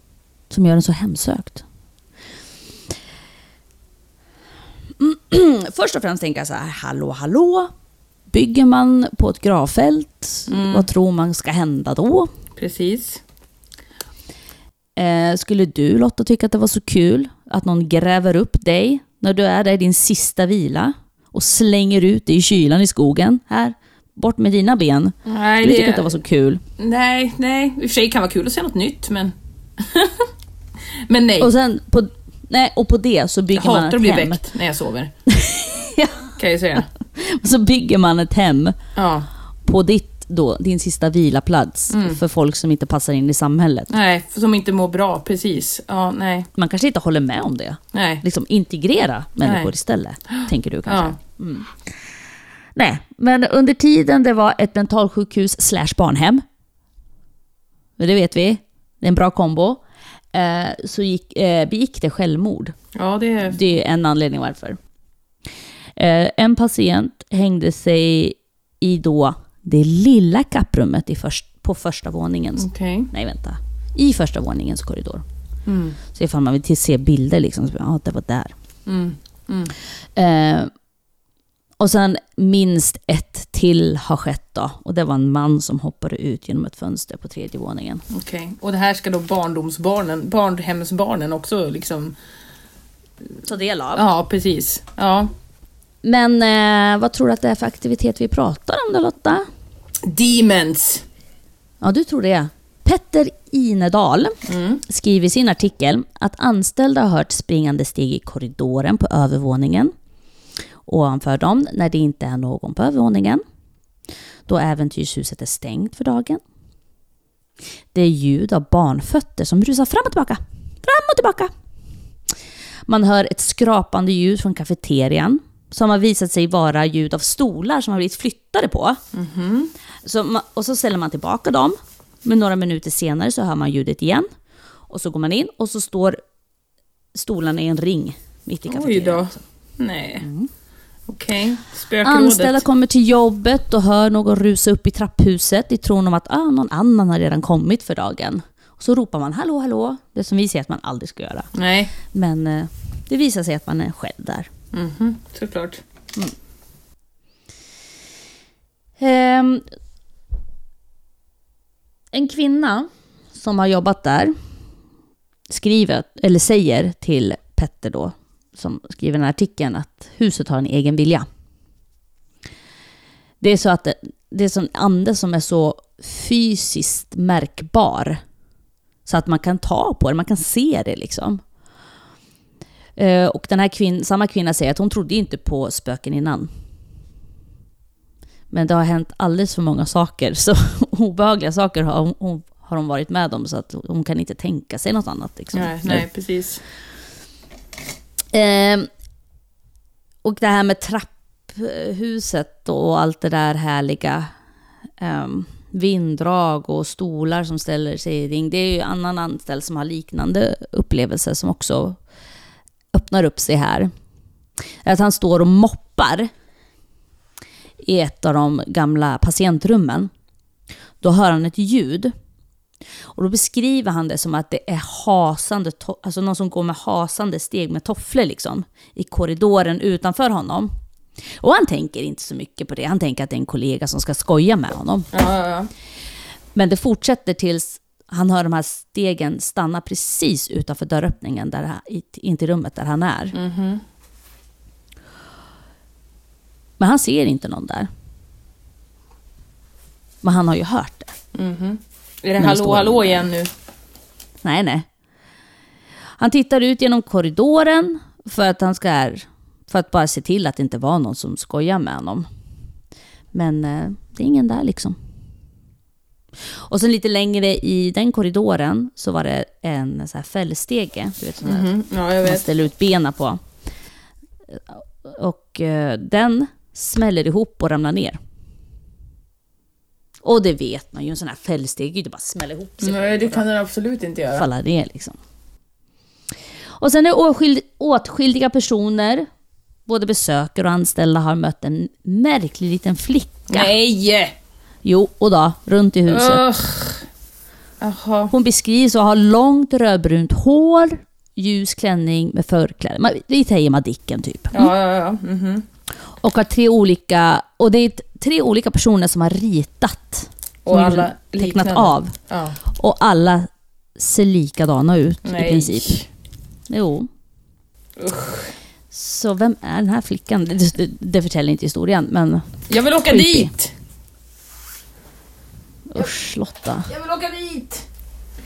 som gör den så hemsökt? Mm, Först och främst tänker jag så här, hallå hallå. Bygger man på ett gravfält, vad tror man ska hända då? Precis. Eh, skulle du Lotta tycka att det var så kul att någon gräver upp dig när du är där i din sista vila och slänger ut dig i kylan i skogen? Här, bort med dina ben. Nej, Du tycker att det var så kul. nej, nej. I och för sig kan vara kul att se något nytt, men... men nej. Och sen på, nej, och på det så Jag bygger man hatar att ett bli hem. väckt när jag sover. Ja. Kan jag ju säga. Så bygger man ett hem Ja. på ditt då, din sista vilaplats Mm. för folk som inte passar in i samhället. Nej, för som inte mår bra, precis. Ja, nej, Man kanske inte håller med om det. nej. liksom integrera människor Nej. istället, tänker du kanske? Mm. Nej, men under tiden det var ett mentalsjukhus slash barnhem, det vet vi, det är en bra kombo, eh, så gick, eh, begick det självmord. Ja, det är... Det är en anledning varför. Eh, en patient hängde sig i då det lilla kapprummet i först, på första våningens Okej. Nej, vänta. I första våningens korridor. Så ifall man vill till- se bilder liksom, så ja, det var där. Mm, Eh, och sen minst ett till har skett då. Och det var en man som hoppade ut genom ett fönster på tredje våningen. Okej. Och det här ska då barndomsbarnen, barnhemsbarnen också liksom... Ta del av. Ja, precis. Ja. Men eh, vad tror du att det är för aktivitet vi pratar om då Lotta? Demons! Ja, du tror det. Petter Inedal Mm. skriver i sin artikel att anställda har hört springande steg i korridoren på övervåningen ovanför dem när det inte är någon på övervåningen. Då äventyrshuset är stängt för dagen. Det är ljud av barnfötter som rusar fram och tillbaka. Fram och tillbaka. Man hör ett skrapande ljud från kafeterian som har visat sig vara ljud av stolar som har blivit flyttade på. Mhm. Så, ma- och så ställer man tillbaka dem. Men några minuter senare så hör man ljudet igen. Och så går man in och så står stolarna i en ring mitt i Oj kafeterian. då. Nej. Okej, spökrådet. Anställda kommer till jobbet och hör någon rusa upp i trapphuset i tron om att ah, någon annan har redan kommit för dagen. Och så ropar man hallå, hallå. Det som vi säger att man aldrig ska göra. Nej, Men eh, det visar sig att man är själv där. mhm, såklart. Ehm, en kvinna som har jobbat där skriver, eller säger till Petter då, som skriver den här artikeln, att huset har en egen vilja. Det är så att det, det är en ande som är så fysiskt märkbar så att man kan ta på det, man kan se det liksom. Eh, Och den här kvinn, samma kvinna säger att hon trodde ju inte på spöken innan. Men det har hänt alldeles för många saker. Så obehagliga saker har hon- hon, har hon varit med om. Så att hon kan inte tänka sig något annat. Liksom. Nej, nej, precis. Ehm, och det här med trapphuset och allt det där härliga. ehm, vinddrag och stolar som ställer sig i ring. Det är ju annan anställd som har liknande upplevelser som också öppnar upp sig här. Att han står och moppar i ett av de gamla patientrummen. Då hör han ett ljud. Och då beskriver han det som att det är hasande, to- alltså någon som går med hasande steg med tofflor liksom i korridoren utanför honom. Och han tänker inte så mycket på det. Han tänker att det är en kollega som ska skoja med honom. Ja, ja, ja. Men det fortsätter tills han hör de här stegen stanna precis utanför dörröppningen, där, han- i- in till rummet där han är. Men han ser inte någon där. Men han har ju hört det. Är det det hallå, står hallå under. igen nu? Nej, nej. Han tittar ut genom korridoren för att han ska... För att bara se till att det inte var någon som skojar med honom. Men eh, det är ingen där liksom. Och sen lite längre i den korridoren så var det en så här fällstege. Du vet, sån här Mm, ja, jag man vet. ställer ut benen på. Och eh, den smäller ihop och ramlar ner. Och det vet man ju, en sån här fällstege kan ju inte bara smälla ihop sig. Nej, det kan den absolut inte göra. falla ner liksom. Och sen är åskild, åtskildiga personer, både besökare och anställda, har mött en märklig liten flicka. Nej! Jo, och då, runt i huset. Ugh. Jaha. Hon beskrivs att ha långt rödbrunt hår, ljus klänning med förkläde. Man- Vi säger Madicken typ. Ja, ja, ja. mhm. Och har tre olika, och det är t- tre olika personer som har ritat. Och som alla tecknat liknande. av. Ja. Och alla ser likadana ut i Nej. princip. Jo. Så vem är den här flickan? Det, det, det förtäljer inte historien, men Jag vill åka Creepy. dit! usch Lotta. Jag vill åka dit!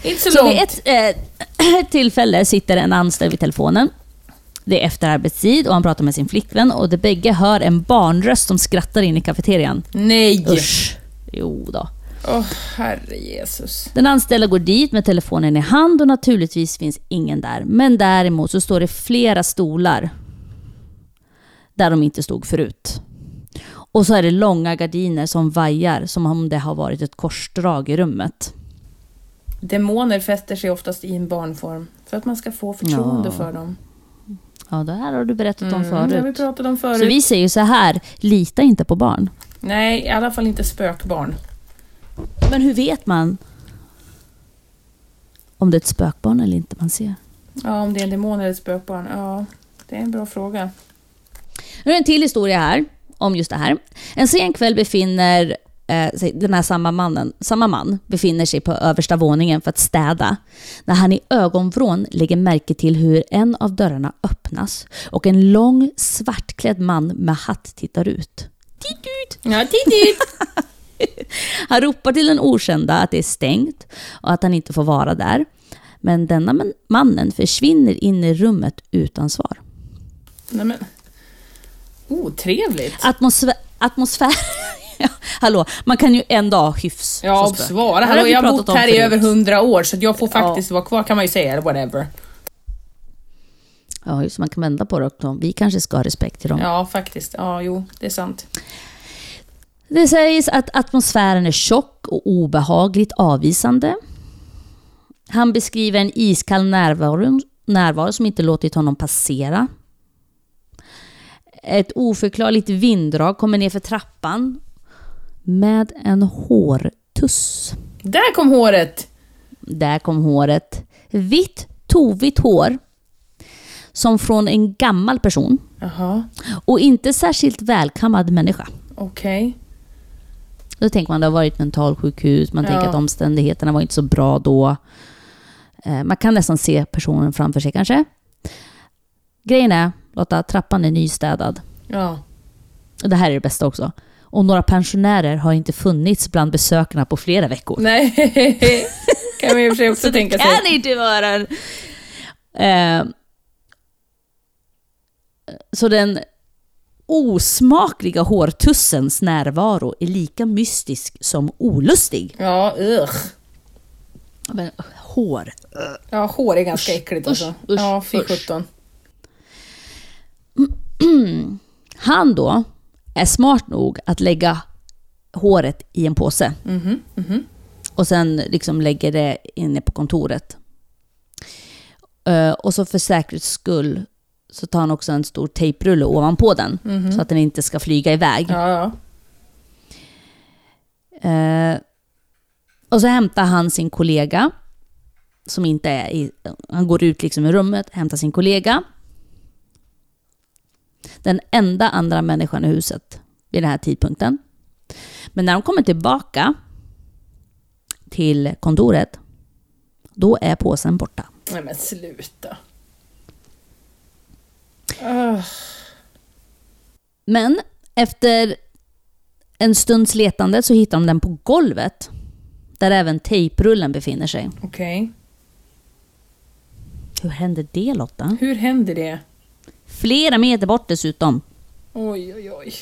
Inte så, Så långt. vid ett eh, tillfälle sitter en anställd vid telefonen. Det är efter arbetstid och han pratar med sin flickvän och de bägge hör en barnröst som skrattar in i kafeterian. Nej! Usch. Jo då. Åh, herre Jesus. Den anställda går dit med telefonen i hand och naturligtvis finns ingen där. Men däremot så står det flera stolar där de inte stod förut. Och så är det långa gardiner som vajar som om det har varit ett korsdrag i rummet. Demoner fäster sig oftast i en barnform för att man ska få förtroende Ja, för dem. Ja, det här har du berättat om Mm, det har vi förut. pratat om Så förut. vi säger så här, lita inte på barn. Nej, i alla fall inte spökbarn. Men hur vet man om det är ett spökbarn eller inte man ser? Ja, om det är en demon eller ett spökbarn. Ja, det är en bra fråga. Nu är det en till historia här om just det här. En sen kväll befinner eh, sig- den här samma mannen, samma man befinner sig på översta våningen för att städa. När han i ögonvrån lägger märke till hur en av dörrarna öppnas och en lång svartklädd man med hatt tittar ut. Ja, tidigt! Han ropar till den okända att det är stängt och att han inte får vara där. Men denna man- mannen försvinner in i rummet utan svar. Nej men. Oh, Ah, Otrevligt. Atmosfär... atmosfär ja, hallå, man kan ju en dag ha hyfs. Ja, som spöke. svara. Det Hallå, har vi jag har pratat bott om här i förut. över hundra år så att jag får faktiskt vara kvar kan man ju säga, eller whatever. Ja, just det, man kan vända på det också. Vi kanske ska ha respekt till dem. Ja, faktiskt. Ja, jo, det är sant. Det sägs att atmosfären är tjock och obehagligt avvisande. Han beskriver en iskall närvaro, närvaro som inte låtit honom passera. Ett oförklarligt vinddrag kommer ner för trappan med en hårtuss. Där kom håret! Där kom håret. Vitt, tovigt hår. Som från en gammal person Jaha, och inte särskilt välkammad människa. okej. Då tänker man det har varit mentalsjukhus, man Ja. tänker att omständigheterna var inte så bra då. Eh, Man kan nästan se personen framför sig kanske. Grejen är, Lotta, trappan är nystädad. Ja. Och det här är det bästa också. Och några pensionärer har inte funnits bland besökarna på flera veckor. Nej, kan man i och för sig också tänka sig. Kan inte vara en... Eh, så den osmakliga hårtussens närvaro är lika mystisk som olustig. Ja, ugh. Men, hår. Ja, hår är ganska äckligt alltså. usch, ja, fy usch. sjutton. Han då är smart nog att lägga håret i en påse. Och sen liksom lägger det inne på kontoret. Eh, och så för säkerhets skull så tar han också en stor tejprulle ovanpå den. Så att den inte ska flyga iväg. Ja, ja. Eh, och så hämtar han sin kollega, som inte är i... Han går ut liksom i rummet, hämtar sin kollega. Den enda andra människan i huset vid den här tidpunkten. Men när de kommer tillbaka till kontoret, då är påsen borta. Nej men sluta. Ugh. Men efter en stunds letande så hittar de den på golvet, där även tejprullen befinner sig. Okej. Hur hände det Lotta? Hur händer det? Flera meter bort dessutom. Oj, oj, oj.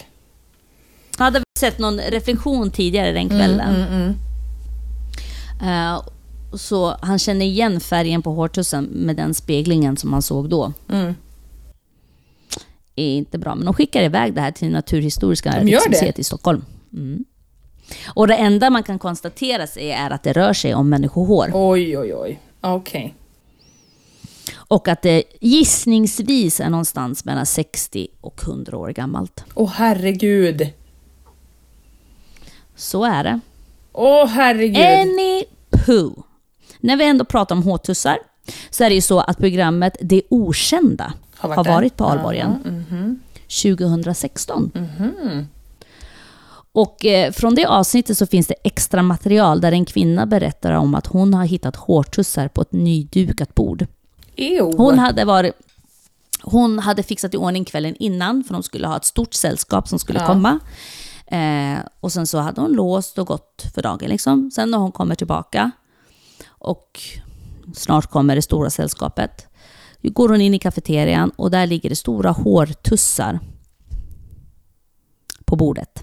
Jag hade väl sett någon reflektion tidigare den kvällen. Mm, Eh, så han känner igen färgen på hårtussen med den speglingen som han såg då. Mm. Är inte bra, men de skickar iväg det här till Naturhistoriska De gör riksmuseet i Stockholm. Mm. Och det enda man kan konstatera sig är att det rör sig om människohår. Oj, oj, oj. Okej. Och att det gissningsvis är någonstans mellan 60 och 100 år gammalt. Åh herregud. Så är det. Åh herregud. Any poo. När vi ändå pratar om hårtussar så är det ju så att programmet Det Okända Har har varit varit, där. mhm. på Allborgen 2016. Och eh, från det avsnittet så finns det extra material där en kvinna berättar om att hon har hittat hårtussar på ett nydukat bord. Ew. Hon hade varit... Hon hade fixat i ordning kvällen innan, för de skulle ha ett stort sällskap som skulle komma. Eh, och sen så hade hon låst och gått för dagen. Liksom. Sen när hon kommer tillbaka och snart kommer det stora sällskapet, då går hon in i kafeterian och där ligger det stora hårtussar på bordet.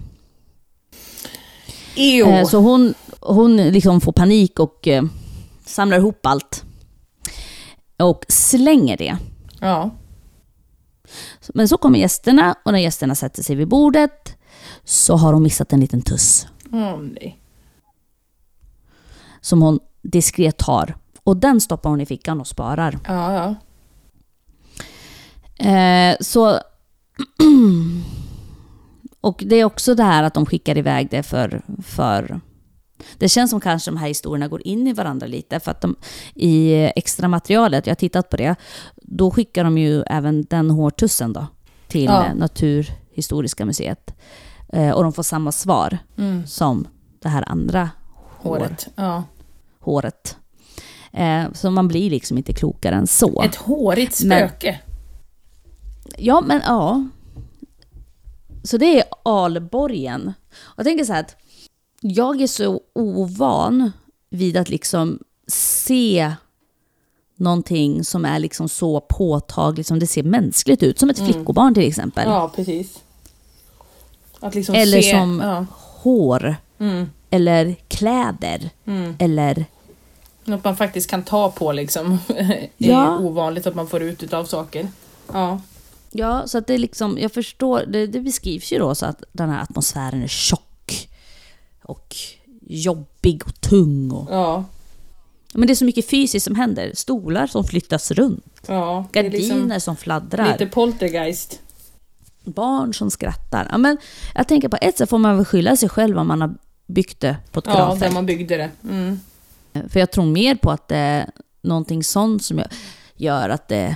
Ew. Eh, Så hon, hon liksom får panik och eh, samlar ihop allt. Och slänger det. Ja. Men så kommer gästerna och när gästerna sätter sig vid bordet så har hon missat en liten tuss Åh, nej. som hon diskret tar. Och den stoppar hon i fickan och sparar. Ja, ja. Eh, så... och det är också det här att de skickar iväg det för, för... Det känns som kanske de här historierna går in i varandra lite. För att de, i extra materialet, jag har tittat på det, då skickar de ju även den hårtussen då till Ja. eh, Naturhistoriska museet. Eh, och de får samma svar Mm. som det här andra hår, Håret. Ja. håret. Eh, så man blir liksom inte klokare än så. Ett hårigt Men- spöke. Ja, men ja. Så det är Alborgen. Och jag tänker så här att jag är så ovan vid att liksom se någonting som är liksom så påtagligt som det ser mänskligt ut. Som ett flickobarn till exempel. Mm. Ja, precis. Att liksom Eller se... som- Ja. Hår Mm, eller kläder mm. eller... Något man faktiskt kan ta på liksom. Det Ja. är ovanligt att man får ut utav saker. Ja. Ja, så att det är liksom, jag förstår, det, det beskrivs ju då så att den här atmosfären är tjock och jobbig och tung och Ja. Men det är så mycket fysiskt som händer. Stolar som flyttas runt, Ja. Det är gardiner liksom som fladdrar, lite poltergeist. barn som skrattar. Ja, men jag tänker på ett sätt får man väl skylla sig själv om man har byggt det på ett Ja, gravfält. där man byggde det. Mm. För jag tror mer på att det är någonting sånt som jag- gör att det,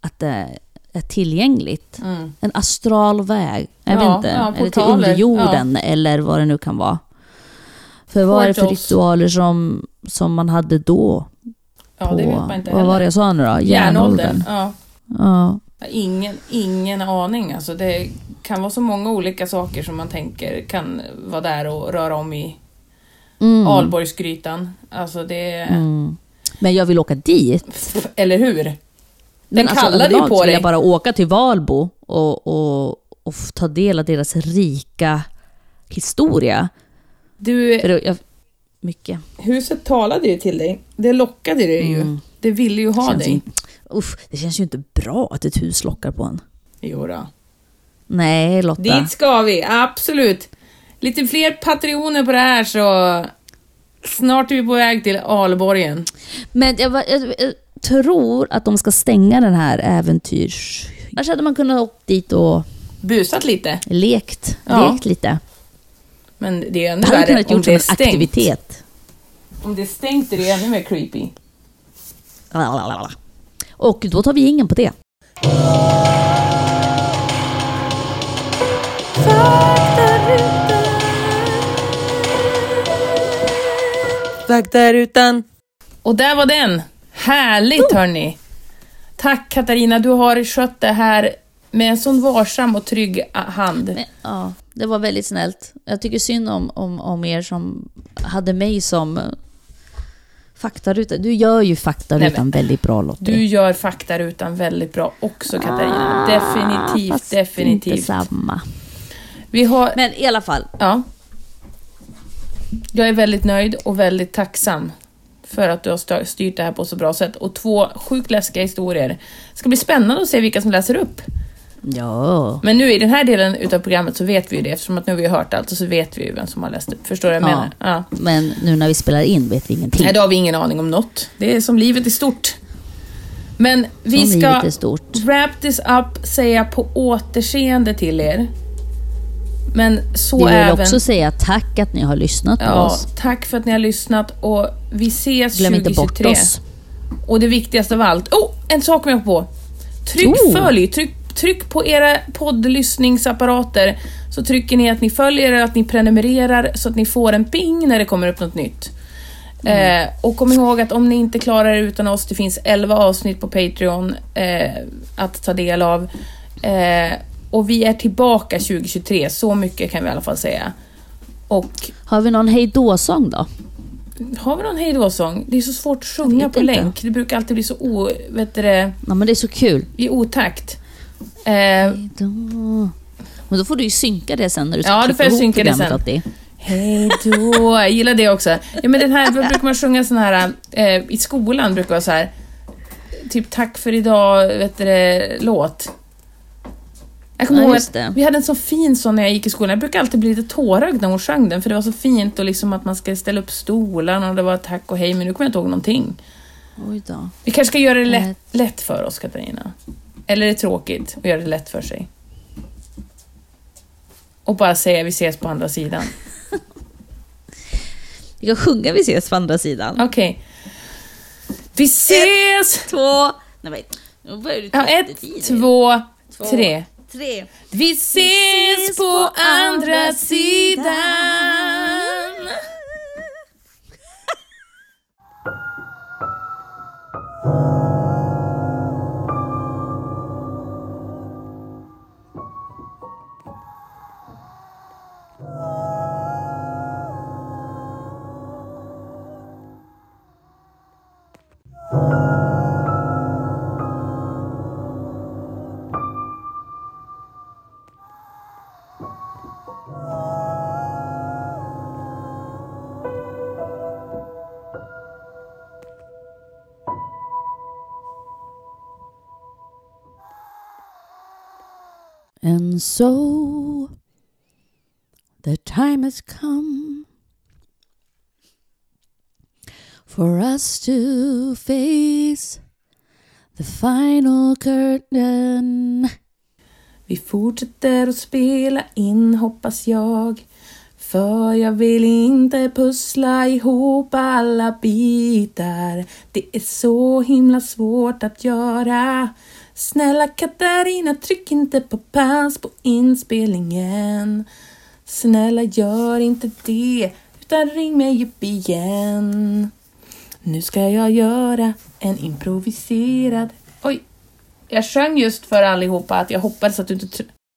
att det är tillgängligt. Mm. En astral väg, jag Ja, vet inte. ja, eller till portaler, underjorden eller vad det nu kan vara. För vad är det för Portals. ritualer som, som man hade då? Ja, på, det vet man inte vad var det jag sa nu då? Järnåldern. Ja. Ja. Ingen, ingen aning alltså. Det kan vara så många olika saker som man tänker kan vara där och röra om i Mm. Alborgsgrytan. Alltså det... Mm. Men jag vill åka dit. Pff, Eller hur? Men alltså, kallade ju överlag på så vill dig. jag bara åka till Valbo och, och, och f- ta del av deras rika historia. Du, För det- jag, mycket. huset talade ju till dig. Det lockade dig ju. Mm. Det ville ju ha Känns dig. in- Uff, det känns ju inte bra att ett hus lockar på en. Jo då. Nej Lotta. Dit ska vi, absolut. Lite fler patrioner på det här så snart är vi på väg till Alborgen. Men jag, var- jag, jag tror att de ska stänga den här äventyrs... Annars hade man kunnat åka dit och Busat lite, lekt, Ja. lekt lite. men det är ännu Det hade värre kunnat om gjort som det är en stängt. aktivitet. Om det är stängt är det ännu mer creepy. Lalalala. Och då tar vi ingen på det. Vaktar utan. Och där var den! Oh. Härligt hörni! Tack Katarina, du har skött det här med en sån varsam och trygg eh, hand. Men, ja, det var väldigt snällt. Jag tycker synd om, om, om er som hade mig som eh, faktaruta. Du gör ju Nej, faktarutan väldigt bra Lottie. Du gör faktarutan väldigt bra också Katarina. Ah, definitivt, fast Inte definitivt. samma. Vi har... Men i alla fall, Ja. Jag är väldigt nöjd och väldigt tacksam för att du har stö- styrt det här på så bra sätt. Och två sjukt läskiga historier. Det ska bli spännande att se vilka som läser upp. ja. Men nu i den här delen utav programmet så vet vi ju det eftersom att nu har vi hört allt och så vet vi ju vem som har läst upp. Förstår du vad jag Ja. Typ. menar? Ja. Men nu när vi spelar in vet vi ingenting. Nej, då har vi ingen aning om något. Det är som livet i stort. Men vi Som ska... livet är stort. Wrap this up, säga på återseende till er. Men så Vi vill även... också säga tack att ni har lyssnat på ja, oss. tack för att ni har lyssnat och vi ses Glöm 2023. inte bort oss. Och det viktigaste av allt. Oh, en sak kom jag på. Tryck Oh. följ, tryck, tryck på era poddlyssningsapparater så trycker ni att ni följer och att ni prenumererar så att ni får en ping när det kommer upp något nytt. Mm. Eh, och kom ihåg att om ni inte klarar er utan oss, det finns 11 avsnitt på Patreon eh, att ta del av. Eh, och vi är tillbaka 2023, så mycket kan vi i alla fall säga. Och Har vi någon hejdå-sång då? har vi någon hejdå-sång? Det är så svårt att sjunga vet på inte. länk. Det brukar alltid bli så o... Vet du det, Ja, men det är så kul. i otakt. Eh, Hejdå. Men då får du ju synka det sen när du ska Ja, då klippa får jag ihop synka det programmet, sen. Lottie. Hej då! Jag gillar det också. Ja, men den här då brukar man sjunga sån här, eh, i skolan brukar det vara så här, typ tack för idag, vet du det, låt. Jag kommer Ja, ihåg just att det. vi hade en så fin sån när jag gick i skolan. Jag brukar alltid bli lite tårögd när hon sjöng den, för det var så fint och liksom att man ska ställa upp stolarna och det var tack och hej, men nu kommer jag inte ihåg någonting. Oj då. Vi kanske ska göra det lätt, Nej. lätt för oss, Katarina. Eller är det tråkigt att göra det lätt för sig? Och bara säga vi ses på andra sidan. Vi kan sjunga Vi ses på andra sidan. Okej. Vi ses! Två... Nej, men, nu börjar du Ja, titta ett, tidigt. två, tre. tre. Vi ses på andra sidan. And so the time has come for us to face the final curtain. Vi fortsätter att spela in hoppas jag. För jag vill inte pussla ihop alla bitar. Det är så himla svårt att göra. Snälla Katarina, tryck inte på paus på inspelningen. Snälla gör inte det, utan ring mig upp igen. Nu ska jag göra en improviserad... Oj, jag sjöng just för allihopa att jag hoppades att du inte... tr-